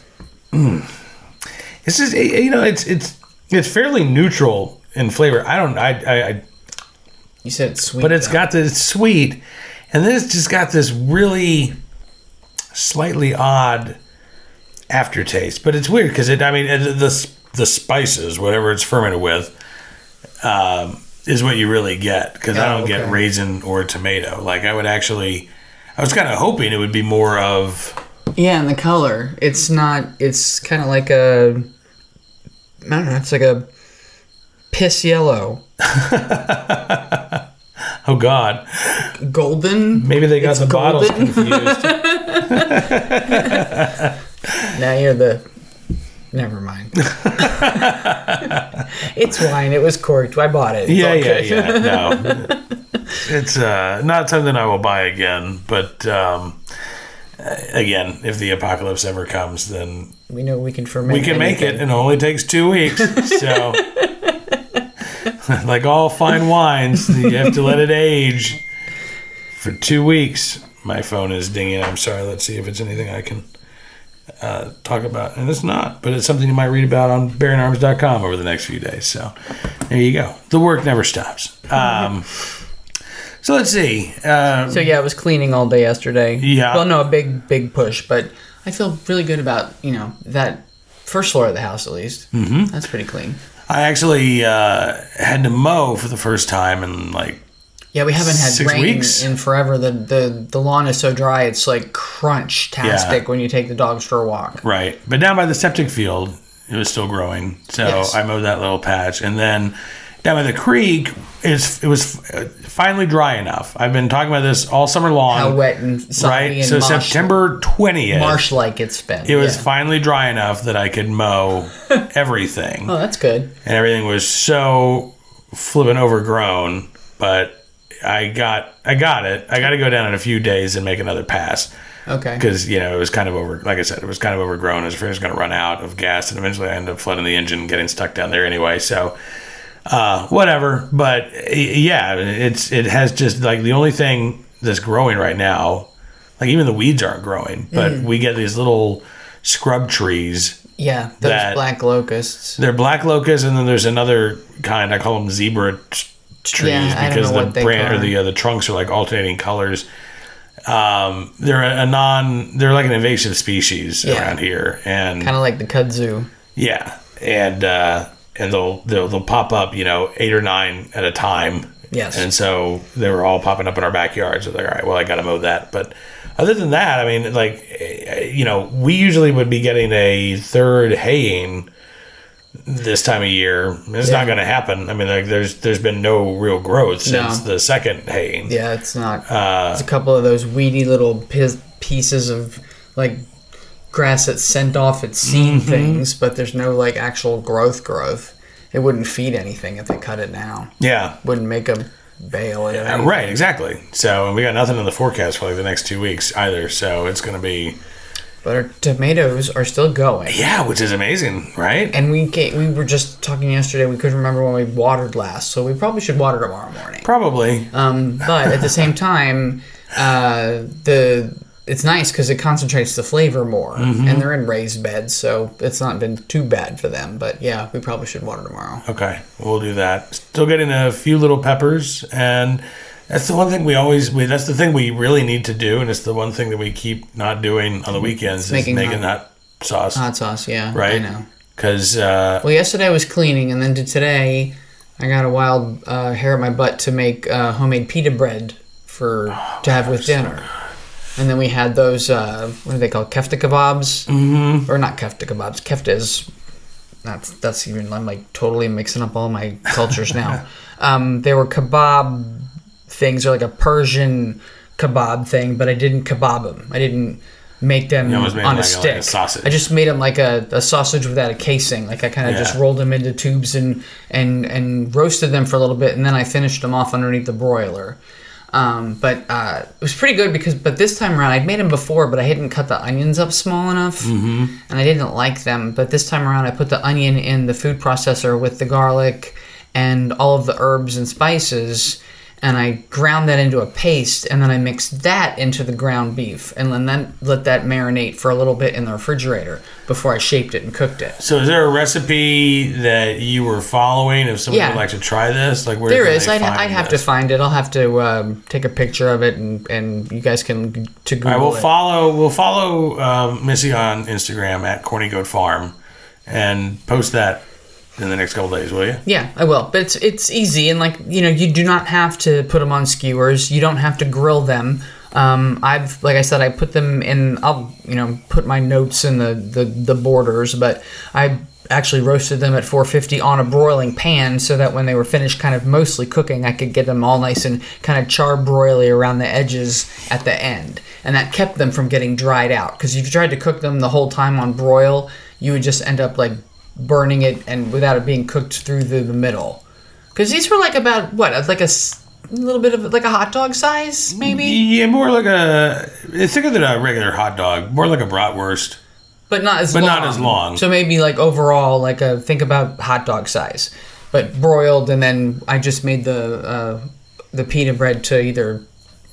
Speaker 2: Mm. This is eh, you know it's it's it's fairly neutral in flavor. I don't I I, I
Speaker 3: you said it's sweet,
Speaker 2: but it's
Speaker 3: though.
Speaker 2: got this sweet, and then it's just got this really slightly odd aftertaste. But it's weird because it I mean it- the the spices whatever it's fermented with. Um, is what you really get because I
Speaker 3: Oh,
Speaker 2: don't get
Speaker 3: okay.
Speaker 2: raisin or tomato. Like I would actually, I was kind of hoping it would be more of
Speaker 3: Yeah, and the color. It's not. It's kind of like a. I don't know. It's like a piss yellow,
Speaker 2: Oh God,
Speaker 3: golden.
Speaker 2: maybe they got
Speaker 3: It's
Speaker 2: the bottles
Speaker 3: golden.
Speaker 2: confused.
Speaker 3: Now you're the.
Speaker 2: [laughs]
Speaker 3: Never mind. it's wine. It was corked. I bought it. It's
Speaker 2: yeah,
Speaker 3: all
Speaker 2: yeah,
Speaker 3: good.
Speaker 2: yeah. No, [laughs] it's uh, not something I will buy again. But um, again, if the apocalypse ever comes, then
Speaker 3: We know we can ferment.
Speaker 2: we can make it,
Speaker 3: anything.
Speaker 2: and it only takes two weeks. So, [laughs] like all fine wines, you have to let it age for two weeks. My phone is dinging. I'm sorry. Let's see if it's anything I can uh, talk about, and it's not. But it's something you might read about on BaronArms.com over the next few days. So, there you go. The work never stops. Um, so let's see. Uh,
Speaker 3: So yeah, I was cleaning all day yesterday.
Speaker 2: Yeah.
Speaker 3: Well, no, a big big push, but I feel really good about you know that first floor of the house at least. Mm-hmm. That's pretty clean.
Speaker 2: I actually uh, had to mow for the first time in like
Speaker 3: Yeah, we haven't had
Speaker 2: Six
Speaker 3: rain
Speaker 2: weeks?
Speaker 3: in forever. The, the the lawn is so dry, it's like crunch tastic
Speaker 2: Yeah.
Speaker 3: when you take the dogs for a walk.
Speaker 2: Right. But down by the septic field, it was still growing. So
Speaker 3: Yes.
Speaker 2: I mowed that little patch. And then down by the creek, it's, it was uh, finally dry enough. I've been talking about this all summer long.
Speaker 3: How wet and soggy
Speaker 2: Right.
Speaker 3: and
Speaker 2: So
Speaker 3: marsh,
Speaker 2: September 20th,
Speaker 3: marsh-like it's been.
Speaker 2: it was
Speaker 3: Yeah.
Speaker 2: finally dry enough that I could
Speaker 3: [laughs]
Speaker 2: mow everything.
Speaker 3: Oh, that's good.
Speaker 2: and everything was so flippin' overgrown. But I got I got it. I got to go down in a few days and make another pass
Speaker 3: Okay.
Speaker 2: because you know it was kind of over like i said it was kind of overgrown i was afraid it was going to run out of gas and eventually i ended up flooding the engine and getting stuck down there anyway so uh, whatever but uh, yeah it's it has just like the only thing that's growing right now like even the weeds aren't growing but we get these little scrub trees
Speaker 3: Yeah, those
Speaker 2: that-
Speaker 3: black locusts.
Speaker 2: they're black locusts and then there's another kind i call them zebra t- trees
Speaker 3: Yeah, I don't
Speaker 2: because
Speaker 3: know
Speaker 2: the
Speaker 3: what they
Speaker 2: brand or
Speaker 3: are.
Speaker 2: the uh, the trunks are like alternating colors um, they're a, a non they're like an invasive species
Speaker 3: Yeah.
Speaker 2: around here and
Speaker 3: Kind of like the kudzu.
Speaker 2: yeah and uh, and they'll, they'll they'll pop up you know eight or nine at a time
Speaker 3: Yes.
Speaker 2: and so they were all popping up in our backyard so like all right well i gotta mow that but other than that i mean like eh, you know we usually would be getting a third haying this time of year it's
Speaker 3: Yeah.
Speaker 2: not going to happen i mean like there's there's been no real growth since
Speaker 3: No.
Speaker 2: the second haying
Speaker 3: Yeah, it's not.
Speaker 2: Uh,
Speaker 3: it's a couple of those weedy little piz- pieces of like grass that's sent off its seed
Speaker 2: Mm-hmm.
Speaker 3: things, but there's no like actual growth growth. It wouldn't feed anything if they cut it now.
Speaker 2: yeah Uh,
Speaker 3: Wouldn't make a bale. and everything.
Speaker 2: right exactly so we got nothing in the forecast for like the next two weeks either so it's going to be
Speaker 3: But our tomatoes are still going.
Speaker 2: yeah which is amazing right
Speaker 3: And we can we were just talking yesterday. We couldn't remember when we watered last, so we probably should water tomorrow morning.
Speaker 2: Probably.
Speaker 3: Um, but at the same time, uh, the it's nice because it concentrates the flavor more, and they're in raised beds, so it's not been too bad for them. But yeah, we probably should water tomorrow.
Speaker 2: okay, we'll do that. Still getting a few little peppers, and that's the one thing we always we that's the thing we really need to do, and it's the one thing that we keep not doing on the weekends is
Speaker 3: making
Speaker 2: making,
Speaker 3: hot-
Speaker 2: hot, sauce,
Speaker 3: Hot sauce, yeah,
Speaker 2: right?
Speaker 3: I know.
Speaker 2: Because uh,
Speaker 3: Well, yesterday I was cleaning, and then to today, I got a wild uh, hair in my butt to make uh, homemade pita bread for
Speaker 2: Oh,
Speaker 3: to have with dinner. and then we had those uh, what are they called kefta kebabs mm-hmm. or not kefta kebabs keftas. That's that's even I'm like totally mixing up all my
Speaker 2: [laughs]
Speaker 3: cultures now. Um, they were kebab things or like a Persian kebab thing, but I didn't kebab them. I didn't make them
Speaker 2: almost
Speaker 3: on
Speaker 2: made
Speaker 3: a
Speaker 2: like a-
Speaker 3: stick.
Speaker 2: like a sausage.
Speaker 3: I just made them like a, a sausage without a casing. Like I kind of just
Speaker 2: Yeah.
Speaker 3: rolled them into tubes and and and roasted them for a little bit, and then I finished them off underneath the broiler. Um, but uh, it was pretty good because but this time around I'd made them before, but I hadn't cut the onions up small enough, and I didn't like them. But this time around I put the onion in the food processor with the garlic and all of the herbs and spices. And I ground that into a paste, and then I mixed that into the ground beef, and then that, let that marinate for a little bit in the refrigerator before I shaped it and cooked it.
Speaker 2: so is there a recipe that you were following? If someone
Speaker 3: Yeah.
Speaker 2: would like to try this, like where
Speaker 3: There
Speaker 2: can
Speaker 3: is.
Speaker 2: they
Speaker 3: I'd,
Speaker 2: find
Speaker 3: I'd have
Speaker 2: this?
Speaker 3: to find it. I'll have to um, take a picture of it, and, and you guys can g- to Google
Speaker 2: I will
Speaker 3: it.
Speaker 2: follow. We'll follow um, Missy on Instagram at Corny Goat Farm, and post that in the next couple days, will you?
Speaker 3: yeah, I will. But it's it's easy, and like you know, you do not have to put them on skewers. You don't have to grill them. Um, I've like I said, I put them in. I'll you know put my notes in the the, the borders, but I actually roasted them at 450 on a broiling pan so that when they were finished kind of mostly cooking i could get them all nice and kind of char broily around the edges at the end and that kept them from getting dried out because if you tried to cook them the whole time on broil you would just end up like burning it and without it being cooked through the, the middle because these were like about what uh, like a s- little bit of like a hot dog size maybe
Speaker 2: Yeah, more like a thicker than a regular hot dog, more like a bratwurst.
Speaker 3: but not as
Speaker 2: But
Speaker 3: long.
Speaker 2: not as long.
Speaker 3: So maybe like overall, like a think about hot dog size, but broiled, and then I just made the uh, the pita bread to either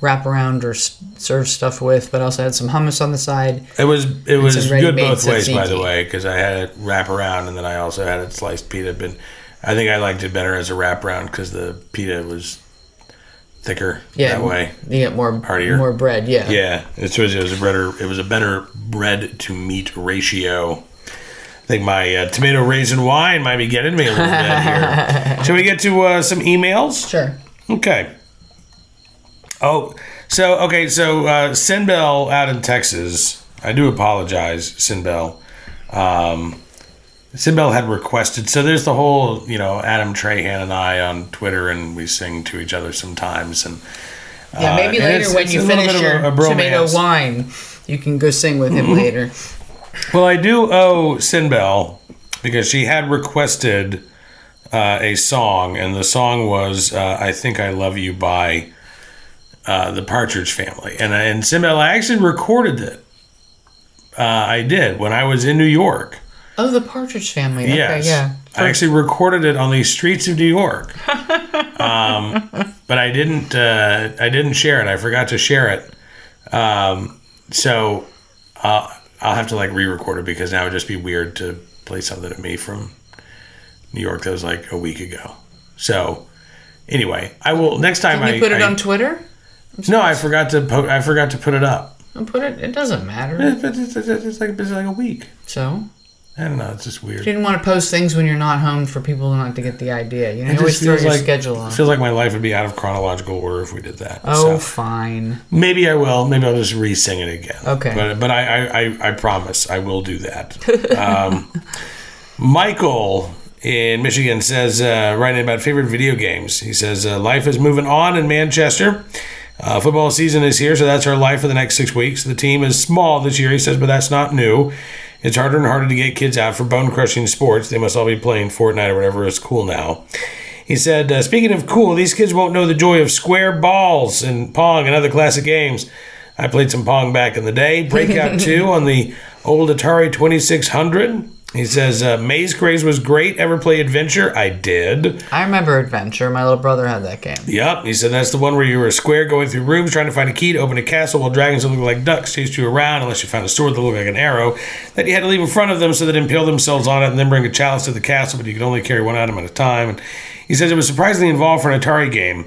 Speaker 3: wrap around or s- serve stuff with. But also had some hummus on the side.
Speaker 2: It was it was good
Speaker 3: ready-made
Speaker 2: both ways, by the
Speaker 3: tzatziki.
Speaker 2: way, because I had it wrap around and then I also had it sliced pita. But I think I liked it better as a wrap around because the pita was thicker
Speaker 3: Yeah,
Speaker 2: that way.
Speaker 3: You get more
Speaker 2: Heartier.
Speaker 3: more bread. Yeah.
Speaker 2: Yeah, it was it was a better it was a better bread to meat ratio. I think my uh, tomato raisin wine might be getting me a little bit
Speaker 3: [laughs]
Speaker 2: here. Shall we get to uh, some emails?
Speaker 3: Sure.
Speaker 2: Okay. Oh, so okay, so uh, Sinbel out in Texas. I do apologize, Sinbel. Um, Sinbel had requested. So there's the whole, you know, Adam Trahan and I on Twitter, and we sing to each other sometimes, and
Speaker 3: Yeah. Maybe
Speaker 2: Uh, and
Speaker 3: later
Speaker 2: it's-
Speaker 3: when
Speaker 2: it's
Speaker 3: you
Speaker 2: a little
Speaker 3: finish
Speaker 2: bit of
Speaker 3: your
Speaker 2: a- a
Speaker 3: tomato
Speaker 2: bromance.
Speaker 3: wine, you can go sing with
Speaker 2: [laughs]
Speaker 3: him later.
Speaker 2: Well, I do owe Sinbel because she had requested uh, a song, and the song was uh, "I Think I Love You" by uh, the Partridge Family. And and Sinbel, I actually recorded it. Uh, I did when I was in New York.
Speaker 3: Oh, the Partridge Family.
Speaker 2: Yes.
Speaker 3: Okay, yeah.
Speaker 2: I actually recorded it on the streets of New
Speaker 3: [laughs]
Speaker 2: York, um, but I didn't. Uh, I didn't share it. I forgot to share it. Um, so uh, I'll have to like re-record it because now it would just be weird to play something to me from New York that was like a week ago. So anyway, I will next time.
Speaker 3: Can
Speaker 2: I
Speaker 3: you put it
Speaker 2: I-
Speaker 3: on Twitter?
Speaker 2: No, I forgot to. Po- I forgot to put it up.
Speaker 3: I'll put it. It doesn't
Speaker 2: [laughs]
Speaker 3: matter.
Speaker 2: It's, it's, it's, it's like it's like a week.
Speaker 3: So.
Speaker 2: I don't know. It's just weird.
Speaker 3: You didn't want to post things when you're not home for people not to get the idea. You know, you always
Speaker 2: just
Speaker 3: throw
Speaker 2: feels
Speaker 3: your
Speaker 2: like-
Speaker 3: schedule on.
Speaker 2: It feels like my life would be out of chronological order if we did that. So
Speaker 3: Oh, fine.
Speaker 2: maybe I will. Maybe I'll just re-sing it again.
Speaker 3: Okay.
Speaker 2: But but I I, I, I promise I will do that. [laughs] um, Michael in Michigan says uh, writing about favorite video games. He says uh, life is moving on in Manchester. Uh, football season is here, so that's our life for the next six weeks. The team is small this year, he says, but that's not new. It's harder and harder to get kids out for bone crushing sports. They must all be playing Fortnite or whatever is cool now. He said, uh, speaking of cool, these kids won't know the joy of square balls and Pong and other classic games. I played some Pong back in the day. Breakout 2 on the old Atari 2600. He says, uh, Maze Craze was great. Ever play Adventure? I did.
Speaker 3: I remember Adventure. My little brother had that game.
Speaker 2: Yep. He said that's the one where you were square going through rooms trying to find a key to open a castle while dragons that looked like ducks chased you around unless you found a sword that looked like an arrow that you had to leave in front of them so they'd impale themselves on it and then bring a chalice to the castle, but you could only carry one item at a time. And he says it was surprisingly involved for an Atari game.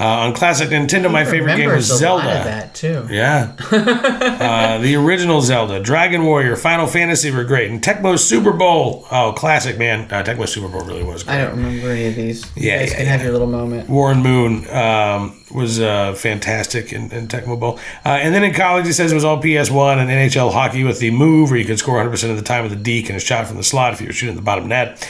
Speaker 2: Uh, on classic Nintendo, my favorite game was
Speaker 3: Remembers a
Speaker 2: Zelda.
Speaker 3: lot of that too. [laughs]
Speaker 2: Yeah. uh, the original Zelda, Dragon Warrior, Final Fantasy were great, and Tecmo Super Bowl. Oh, classic, man. Uh, Tecmo Super Bowl really was great.
Speaker 3: I don't remember any of these. You
Speaker 2: Yeah,
Speaker 3: guys
Speaker 2: yeah,
Speaker 3: can have your little moment.
Speaker 2: Warren Moon um, was uh, fantastic in, in Tecmo Bowl. Uh, and then in college, he says it was all PS1 and NHL hockey with the move where you could score 100% of the time with a deke and a shot from the slot if you were shooting the bottom net.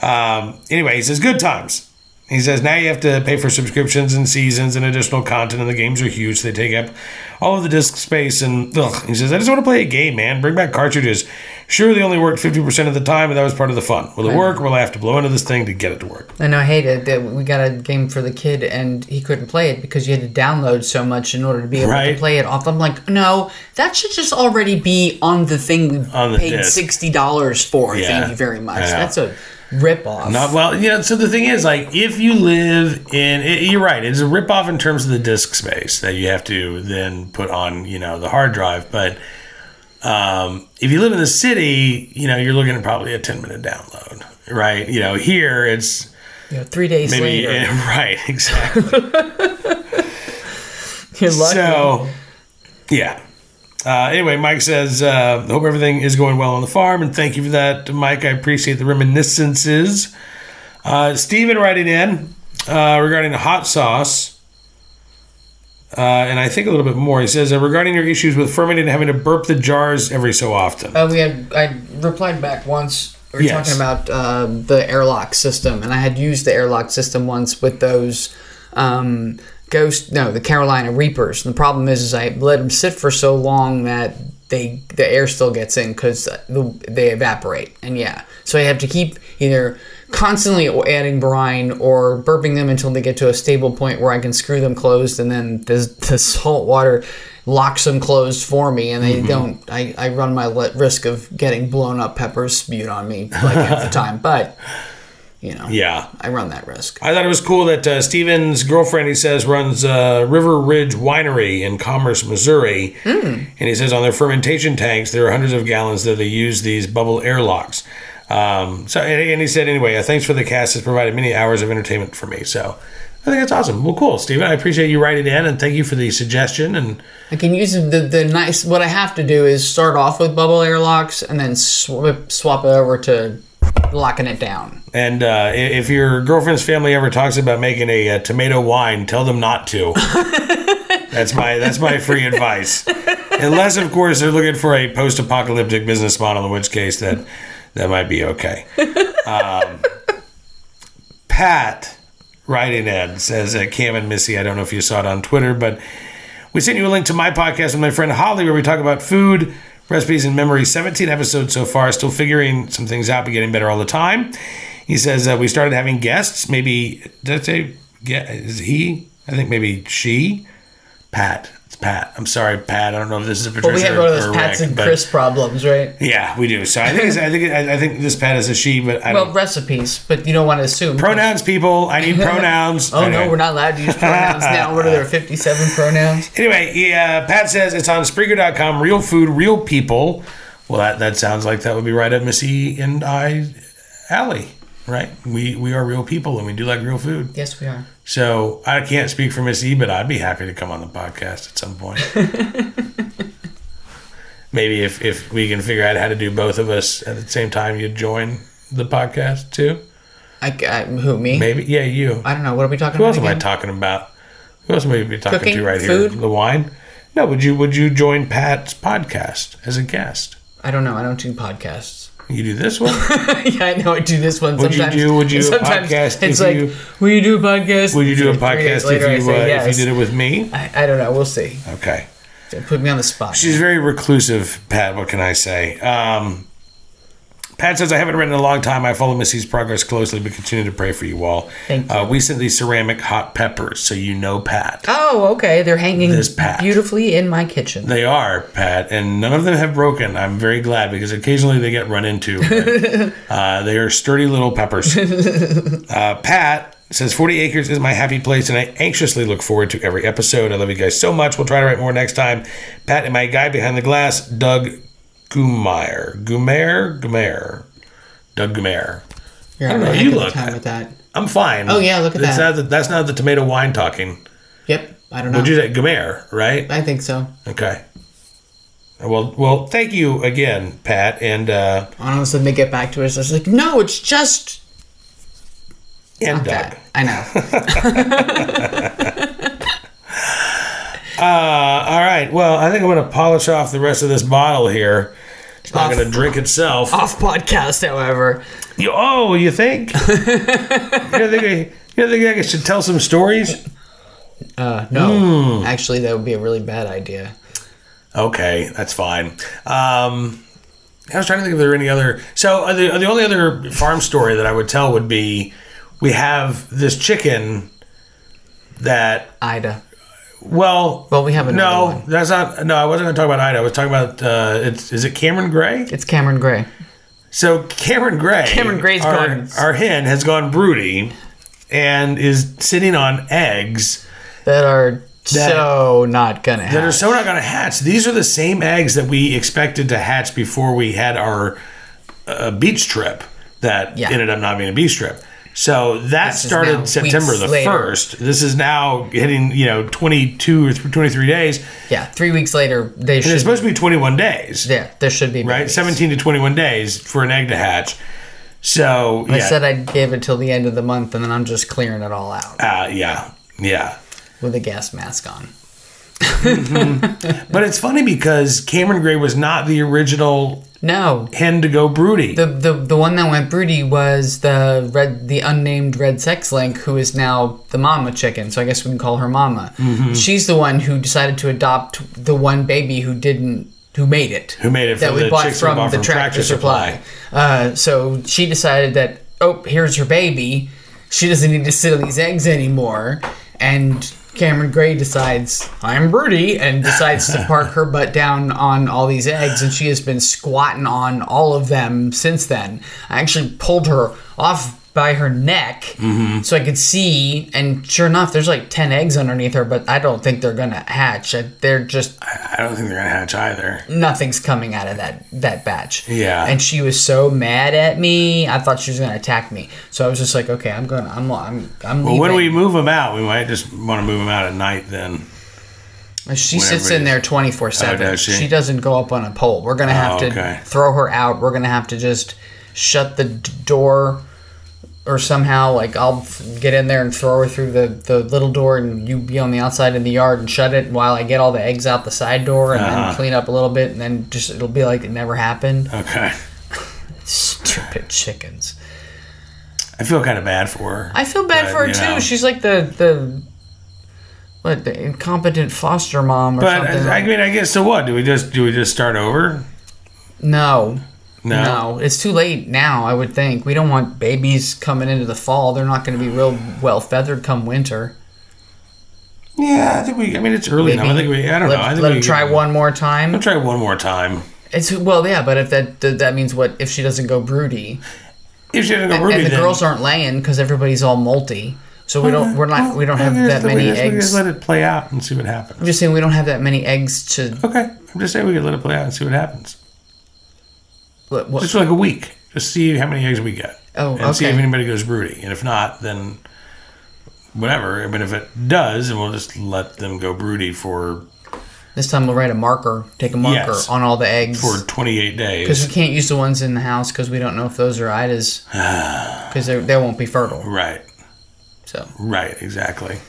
Speaker 2: Um, anyway, he says, good times. He says now you have to pay for subscriptions and seasons and additional content, and the games are huge. They take up all of the disk space, and ugh. he says I just want to play a game, man. Bring back cartridges. Sure, they only worked fifty percent of the time, and that was part of the fun. Will it work? Will I have to blow into this thing to get it to work?
Speaker 3: I know I hated that we got a game for the kid and he couldn't play it because you had to download so much in order to be able
Speaker 2: Right.
Speaker 3: to play it off. I'm like, no, that should just already be on the thing we
Speaker 2: On the
Speaker 3: paid
Speaker 2: disc.
Speaker 3: sixty dollars for.
Speaker 2: Yeah.
Speaker 3: Thank you very much.
Speaker 2: I know.
Speaker 3: That's a rip off.
Speaker 2: Not well, you know. So the thing is, like, if you live in, it, you're right. It's a ripoff in terms of the disk space that you have to then put on, you know, the hard drive. But um, if you live in the city, you know, you're looking at probably a 10 minute download, right? You know, here it's
Speaker 3: you know, three days
Speaker 2: maybe
Speaker 3: later.
Speaker 2: yeah, [laughs] right, exactly.
Speaker 3: You're lucky.
Speaker 2: So, yeah. Uh, anyway, Mike says, uh, hope everything is going well on the farm, and thank you for that, Mike. I appreciate the reminiscences. Uh, Steven writing in uh, regarding the hot sauce. uh, and I think a little bit more. He says, uh, regarding your issues with fermenting and having to burp the jars every so often.
Speaker 3: Uh, we had I replied back once. We were
Speaker 2: Yes.
Speaker 3: talking about uh, the airlock system, and I had used the airlock system once with those um, ghost no the Carolina Reapers. And the problem is, is I let them sit for so long that they the air still gets in because the, they evaporate, and yeah, so I have to keep either constantly adding brine or burping them until they get to a stable point where I can screw them closed, and then [laughs] the, the salt water locks them closed for me, and they
Speaker 2: Mm-hmm.
Speaker 3: don't. I, I run my le- risk of getting blown up peppers spewed on me like half
Speaker 2: [laughs]
Speaker 3: the time, but you know,
Speaker 2: Yeah.
Speaker 3: I run that risk.
Speaker 2: I thought it was cool that uh, Steven's girlfriend, he says, runs uh, River Ridge Winery in Commerce, Missouri. And he says on their fermentation tanks, there are hundreds of gallons that they use these bubble airlocks. Um, so, and, and he said, anyway, uh, thanks for the cast. It's provided many hours of entertainment for me. So I think that's awesome. Well, cool, Steven. I appreciate you writing in and thank you for the suggestion. And
Speaker 3: I can use the the nice. What I have to do is start off with bubble airlocks, and then sw- swap it over to locking it down.
Speaker 2: and uh, i- if your girlfriend's family ever talks about making a, uh tomato wine, tell them not to. that's my that's my free advice. Unless, of course, they're looking for a post-apocalyptic business model, in which case that that might be okay. Um, [laughs] Pat writing in says, uh, "Cam and Missy, I don't know if you saw it on Twitter, but we sent you a link to my podcast with my friend Holly, where we talk about food." Recipes and memory, 17 episodes so far, still figuring some things out, but getting better all the time. He says uh, we started having guests. Maybe did I say yeah, is he? I think maybe she. Pat. It's Pat. I'm sorry, Pat. I don't know if this is a Patricia
Speaker 3: But we have one of
Speaker 2: or
Speaker 3: those Pats
Speaker 2: Rick,
Speaker 3: and
Speaker 2: but-
Speaker 3: Chris problems, right?
Speaker 2: Yeah, we do. So I think it's, I think I I think this Pat is a she, but I
Speaker 3: Well,
Speaker 2: don't
Speaker 3: recipes, but you don't want to assume
Speaker 2: pronouns. People, I
Speaker 3: [laughs]
Speaker 2: need pronouns.
Speaker 3: Oh
Speaker 2: Anyway.
Speaker 3: no, we're not allowed to use pronouns now. What are there, 57
Speaker 2: [laughs]
Speaker 3: pronouns?
Speaker 2: Anyway, yeah, Pat says it's on Spreaker.com. Real food, real people. Well, that, that sounds like that would be right up Missy and I alley, right? We we are real people and we do like real food.
Speaker 3: Yes, we are.
Speaker 2: So I can't speak for Miss E, but I'd be happy to come on the podcast at some
Speaker 3: [laughs]
Speaker 2: point. Maybe if, if we can figure out how to do both of us at the same time, you'd join the podcast too.
Speaker 3: I, I, who me?
Speaker 2: Maybe, yeah, you.
Speaker 3: I don't know. What are we talking
Speaker 2: Who
Speaker 3: about
Speaker 2: else am I
Speaker 3: again?
Speaker 2: talking about? Who else am I be talking
Speaker 3: Cooking?
Speaker 2: to right
Speaker 3: Food?
Speaker 2: here? The wine? No, would you would you join Pat's podcast as a guest?
Speaker 3: I don't know. I don't do podcasts. [laughs]
Speaker 2: You do this one.
Speaker 3: yeah, I know. I do this one
Speaker 2: Would you
Speaker 3: sometimes.
Speaker 2: do- would you
Speaker 3: and
Speaker 2: do a
Speaker 3: sometimes
Speaker 2: podcast
Speaker 3: It's
Speaker 2: if
Speaker 3: like,
Speaker 2: you-
Speaker 3: will you do a podcast?
Speaker 2: Would you do a
Speaker 3: Three days
Speaker 2: podcast
Speaker 3: later, I
Speaker 2: if you uh,
Speaker 3: say yes.
Speaker 2: if you did it with me?
Speaker 3: I, I don't know. We'll see.
Speaker 2: Okay.
Speaker 3: Don't Put me on the spot.
Speaker 2: She's very reclusive, Pat. What can I say? Um, Pat says, I haven't written in a long time. I follow Missy's progress closely, but continue to pray for you all.
Speaker 3: Thank you.
Speaker 2: Uh, we sent these ceramic hot peppers, so you know, Pat.
Speaker 3: oh, okay. They're hanging
Speaker 2: This Pat.
Speaker 3: beautifully in my kitchen.
Speaker 2: They are, Pat, and none of them have broken. I'm very glad because occasionally they get run into.
Speaker 3: [laughs]
Speaker 2: but, uh, they are sturdy little peppers. Uh, Pat says 40 acres is my happy place and i anxiously look forward to every episode i love you guys so much we'll try to write more next time pat and my guy behind the glass doug gumeyer gumeyer gumeyer doug gumeyer
Speaker 3: You're
Speaker 2: I don't
Speaker 3: having
Speaker 2: know,
Speaker 3: a heck
Speaker 2: you
Speaker 3: of a
Speaker 2: look-
Speaker 3: time with that.
Speaker 2: i'm fine
Speaker 3: Oh, yeah, look at
Speaker 2: that's
Speaker 3: that.
Speaker 2: not the, that's not the tomato wine talking
Speaker 3: Yep. I don't know.
Speaker 2: would you say gumeyer right
Speaker 3: I think so.
Speaker 2: Okay. Well, well, thank you again, Pat, and uh,
Speaker 3: And all of a sudden they get back to us. It's like, no, it's just
Speaker 2: and Doug.
Speaker 3: that. I know.
Speaker 2: Uh, all right. Well, I think I'm going to polish off the rest of this bottle here. [laughs] It's not
Speaker 3: Off.
Speaker 2: going to drink itself.
Speaker 3: Off podcast, however.
Speaker 2: You, oh, you
Speaker 3: [laughs]
Speaker 2: think? you don't think I, you don't think I should tell some stories?
Speaker 3: Uh, no,
Speaker 2: Hmm.
Speaker 3: actually, that would be a really bad idea.
Speaker 2: Okay, that's fine. Um, I was trying to think if there were any other. So uh, the the only other farm story that I would tell would be we have this chicken that
Speaker 3: Ida.
Speaker 2: Well,
Speaker 3: Well, we have another
Speaker 2: no.
Speaker 3: one.
Speaker 2: That's not. No, I wasn't going to talk about Ida. I was talking about. Uh, it's is it Cameron Gray?
Speaker 3: It's Cameron Gray.
Speaker 2: So Cameron Gray,
Speaker 3: Cameron Gray's
Speaker 2: our,
Speaker 3: gone.
Speaker 2: our hen has gone broody, and is sitting on eggs
Speaker 3: That are
Speaker 2: That-
Speaker 3: so not gonna happen.
Speaker 2: that are so not going to hatch. These are the same eggs that we expected to hatch before we had our uh, beach trip that
Speaker 3: Yeah.
Speaker 2: ended up not being a beach trip. So that
Speaker 3: is now
Speaker 2: started September
Speaker 3: weeks
Speaker 2: the
Speaker 3: later.
Speaker 2: 1st. This is now hitting, you know, 22 or 23 days.
Speaker 3: yeah, three weeks later, they
Speaker 2: And
Speaker 3: should.
Speaker 2: it's supposed to be 21 days.
Speaker 3: yeah, there should be.
Speaker 2: right?
Speaker 3: babies.
Speaker 2: 17 to 21 days for an egg to hatch. So, yeah.
Speaker 3: I said I'd give it till the end of the month, and then I'm just clearing it all out
Speaker 2: uh, yeah. Yeah.
Speaker 3: with a gas mask on.
Speaker 2: But it's funny because Cameron Gray was not the original
Speaker 3: No.
Speaker 2: hen to go broody.
Speaker 3: The, the, the one that went broody was the red the unnamed red sex link who is now the mama chicken so I guess we can call her mama.
Speaker 2: Mm-hmm.
Speaker 3: She's the one who decided to adopt the one baby who didn't who made it
Speaker 2: who made it
Speaker 3: that
Speaker 2: from
Speaker 3: we
Speaker 2: the
Speaker 3: bought
Speaker 2: chicks
Speaker 3: from
Speaker 2: we bought
Speaker 3: the
Speaker 2: from
Speaker 3: tractor supply. Uh, so she decided that oh here's her baby she doesn't need to sit on these eggs anymore and Cameron Gray decides I'm broody and decides to park
Speaker 2: [laughs]
Speaker 3: her butt down on all these eggs and she has been squatting on all of them since then. I actually pulled her off by her neck
Speaker 2: Mm-hmm.
Speaker 3: so I could see and sure enough there's like 10 eggs underneath her but I don't think they're going to hatch. They're just
Speaker 2: I don't think they're gonna hatch either.
Speaker 3: nothing's coming out of that that batch.
Speaker 2: Yeah.
Speaker 3: And she was so mad at me. I thought she was gonna attack me. So I was just like, okay, I'm going. I'm. I'm. I'm
Speaker 2: But
Speaker 3: leaving.
Speaker 2: when we move them out, we might just want to move them out at night then.
Speaker 3: she
Speaker 2: whenever
Speaker 3: sits in
Speaker 2: it
Speaker 3: there 24 seven.
Speaker 2: Oh, does she?
Speaker 3: she? doesn't go up on a pole. We're gonna have
Speaker 2: Oh,
Speaker 3: to
Speaker 2: okay.
Speaker 3: throw her out. We're gonna have to just shut the d- door. Or somehow, like I'll f- get in there and throw her through the, the little door, and you be on the outside in the yard and shut it while I get all the eggs out the side door and
Speaker 2: Uh-huh.
Speaker 3: then clean up a little bit, and then just it'll be like it never happened.
Speaker 2: Okay.
Speaker 3: Stupid [laughs] chickens.
Speaker 2: I feel kind of bad for her.
Speaker 3: I feel bad
Speaker 2: But,
Speaker 3: for her
Speaker 2: you
Speaker 3: too.
Speaker 2: know.
Speaker 3: She's like the the what the incompetent foster mom or
Speaker 2: but uh,
Speaker 3: something.
Speaker 2: I, I
Speaker 3: like-
Speaker 2: mean, I guess so. What do we just do? We just start over?
Speaker 3: no,
Speaker 2: No.
Speaker 3: no, it's too late now. I would think we don't want babies coming into the fall. They're not going to be real well feathered come winter.
Speaker 2: Yeah, I think we. I mean, it's early now. I think we. I don't
Speaker 3: let,
Speaker 2: know. I think
Speaker 3: let
Speaker 2: we
Speaker 3: him try one more
Speaker 2: I'll
Speaker 3: time.
Speaker 2: try one more time.
Speaker 3: It's well, yeah, but if that that that means what if she doesn't go broody
Speaker 2: If she doesn't go
Speaker 3: and,
Speaker 2: Ruby,
Speaker 3: and the
Speaker 2: then,
Speaker 3: girls aren't laying because everybody's all molty. So we don't. We're
Speaker 2: Oh,
Speaker 3: not. We don't have
Speaker 2: Well,
Speaker 3: that
Speaker 2: we
Speaker 3: many
Speaker 2: just- We just
Speaker 3: eggs.
Speaker 2: let
Speaker 3: I'm
Speaker 2: it play out and see what happens.
Speaker 3: just saying we don't have that many eggs to.
Speaker 2: Okay, I'm just saying we could let it play out and see what happens.
Speaker 3: What, what,
Speaker 2: Just for like a week, just see how many eggs we get.
Speaker 3: Oh,
Speaker 2: and see
Speaker 3: okay.
Speaker 2: if anybody goes broody. And if not, then whatever. But if it does, then we'll just let them go broody for
Speaker 3: This time we'll write a marker, take a marker
Speaker 2: Yes.
Speaker 3: on all the eggs.
Speaker 2: for 28
Speaker 3: Because
Speaker 2: days.
Speaker 3: we can't use the ones in the house because we don't know if those
Speaker 2: [sighs]
Speaker 3: are Ida's. Because they won't be fertile.
Speaker 2: Right,
Speaker 3: So
Speaker 2: right, exactly.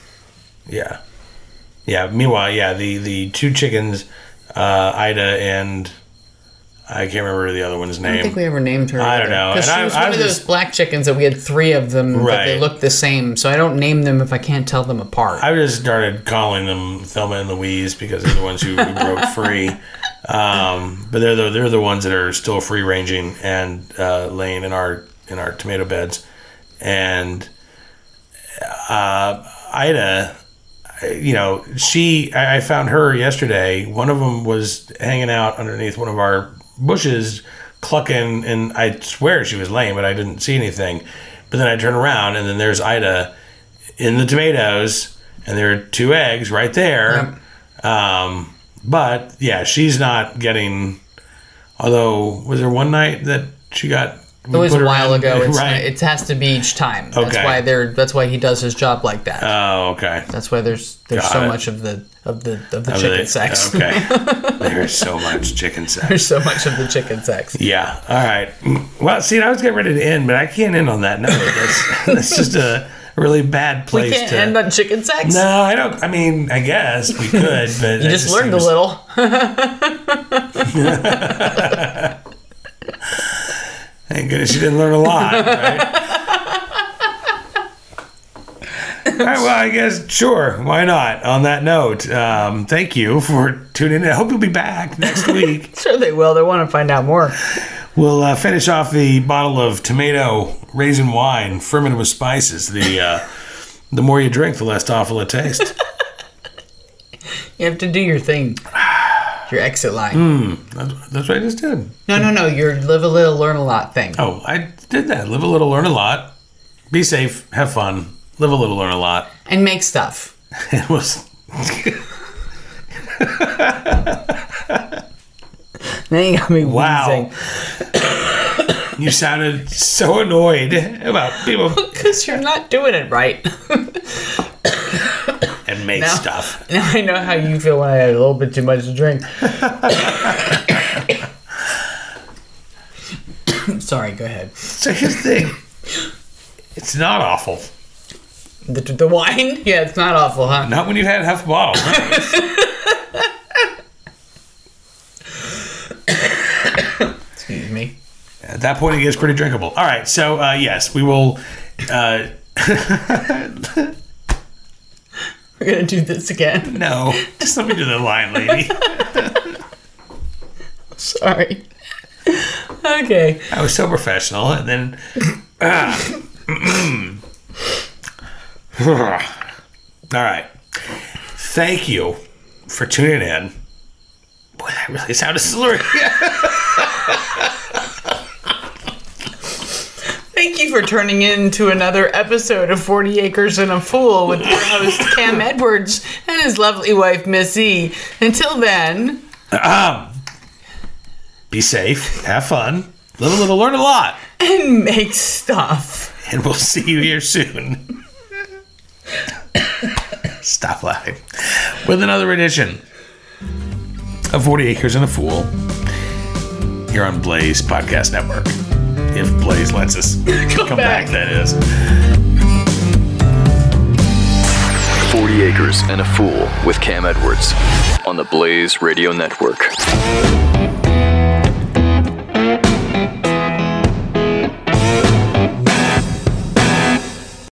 Speaker 2: Yeah, yeah. Meanwhile, yeah, the the two chickens, uh, Ida and I can't remember the other one's
Speaker 3: I don't
Speaker 2: name.
Speaker 3: think we ever named her.
Speaker 2: I don't know,
Speaker 3: Because
Speaker 2: and
Speaker 3: she
Speaker 2: I-
Speaker 3: was
Speaker 2: I
Speaker 3: one of
Speaker 2: was-
Speaker 3: those black chickens that we had three of them, but
Speaker 2: Right.
Speaker 3: they looked the same. So I don't name them if I can't tell them apart.
Speaker 2: I just started calling them Thelma and Louise because they're the ones who, who broke free. Um, but they're the they're the ones that are still free ranging and uh, laying in our in our tomato beds. And uh, Ida, you know, she I, I found her yesterday. One of them was hanging out underneath one of our bushes, clucking, and I swear she was laying, but I didn't see anything. But then I turn around, and then there's Ida in the tomatoes, and there are two eggs right there. Um, but yeah, she's not getting. Although, was there one night that she got?
Speaker 3: it was a
Speaker 2: [laughs]
Speaker 3: while ago. It's,
Speaker 2: right?
Speaker 3: It has to be each time. That's
Speaker 2: Okay.
Speaker 3: why they're. That's why he does his job like that.
Speaker 2: oh, okay.
Speaker 3: that's why there's there's
Speaker 2: got
Speaker 3: so
Speaker 2: it.
Speaker 3: much of the of the of the
Speaker 2: Oh,
Speaker 3: chicken
Speaker 2: they-
Speaker 3: sex.
Speaker 2: Okay. there is so much chicken sex.
Speaker 3: [laughs] there's so much of the chicken sex.
Speaker 2: Yeah. All right. Well, see, I was getting ready to end, but I can't end on that note. That's, [laughs] that's just a really bad
Speaker 3: We
Speaker 2: place
Speaker 3: can't
Speaker 2: to.
Speaker 3: end on chicken sex.
Speaker 2: no, I don't. I mean, I guess we could,
Speaker 3: [laughs]
Speaker 2: but
Speaker 3: You just, learned a little. [laughs]
Speaker 2: Thank goodness you didn't learn a lot. Right?
Speaker 3: [laughs]
Speaker 2: All right, well, I guess sure. Why not? On that note, um, thank you for tuning in. I hope you'll be back
Speaker 3: [laughs]
Speaker 2: next week.
Speaker 3: Sure, they will. They want to find out more.
Speaker 2: We'll uh, finish off the bottle of tomato raisin wine fermented with spices. The uh, [laughs] the more you drink, the less awful it tastes.
Speaker 3: You have to do your thing. Your exit line.
Speaker 2: that's, that's what I just did.
Speaker 3: No, no, no. Your live a little, learn a lot thing.
Speaker 2: Oh, I did that. Live a little, learn a lot. Be safe, have fun. Live a little, learn a lot. [laughs]
Speaker 3: And make stuff.
Speaker 2: It was.
Speaker 3: Now you got me
Speaker 2: Wow.
Speaker 3: wheezing.
Speaker 2: you sounded so annoyed about people
Speaker 3: Because you're not doing it right. [laughs]
Speaker 2: and make
Speaker 3: No.
Speaker 2: stuff.
Speaker 3: now I know how you feel when I had a little bit too much to [coughs] drink. Sorry, go ahead.
Speaker 2: So here's the thing it's not awful.
Speaker 3: The, the wine? [laughs] Yeah, it's not awful, huh?
Speaker 2: Not when you've had half a bottle. At that point, it gets pretty drinkable. All right, so uh, yes, we will. Uh,
Speaker 3: We're gonna do this again. [laughs]
Speaker 2: no, just let me do the line, lady.
Speaker 3: Sorry. [laughs] okay.
Speaker 2: I was so professional, and then. Ah. [clears throat] All right. Thank you for tuning in. Boy, that really sounded slurry. [laughs]
Speaker 3: Thank you for turning in to another episode of 40 Acres and a Fool with your host Cam Edwards and his lovely wife Miss E. Until then,
Speaker 2: um, be safe. Have fun. Little, little, learn a lot.
Speaker 3: and make stuff.
Speaker 2: and we'll [laughs] see you here soon. Stop laughing. With another edition of 40 Acres and a Fool, you're on Blaze Podcast Network. If Blaze lets us come, back.
Speaker 3: back.
Speaker 2: that is.
Speaker 1: 40 Acres and a Fool with Cam Edwards on the Blaze Radio Network.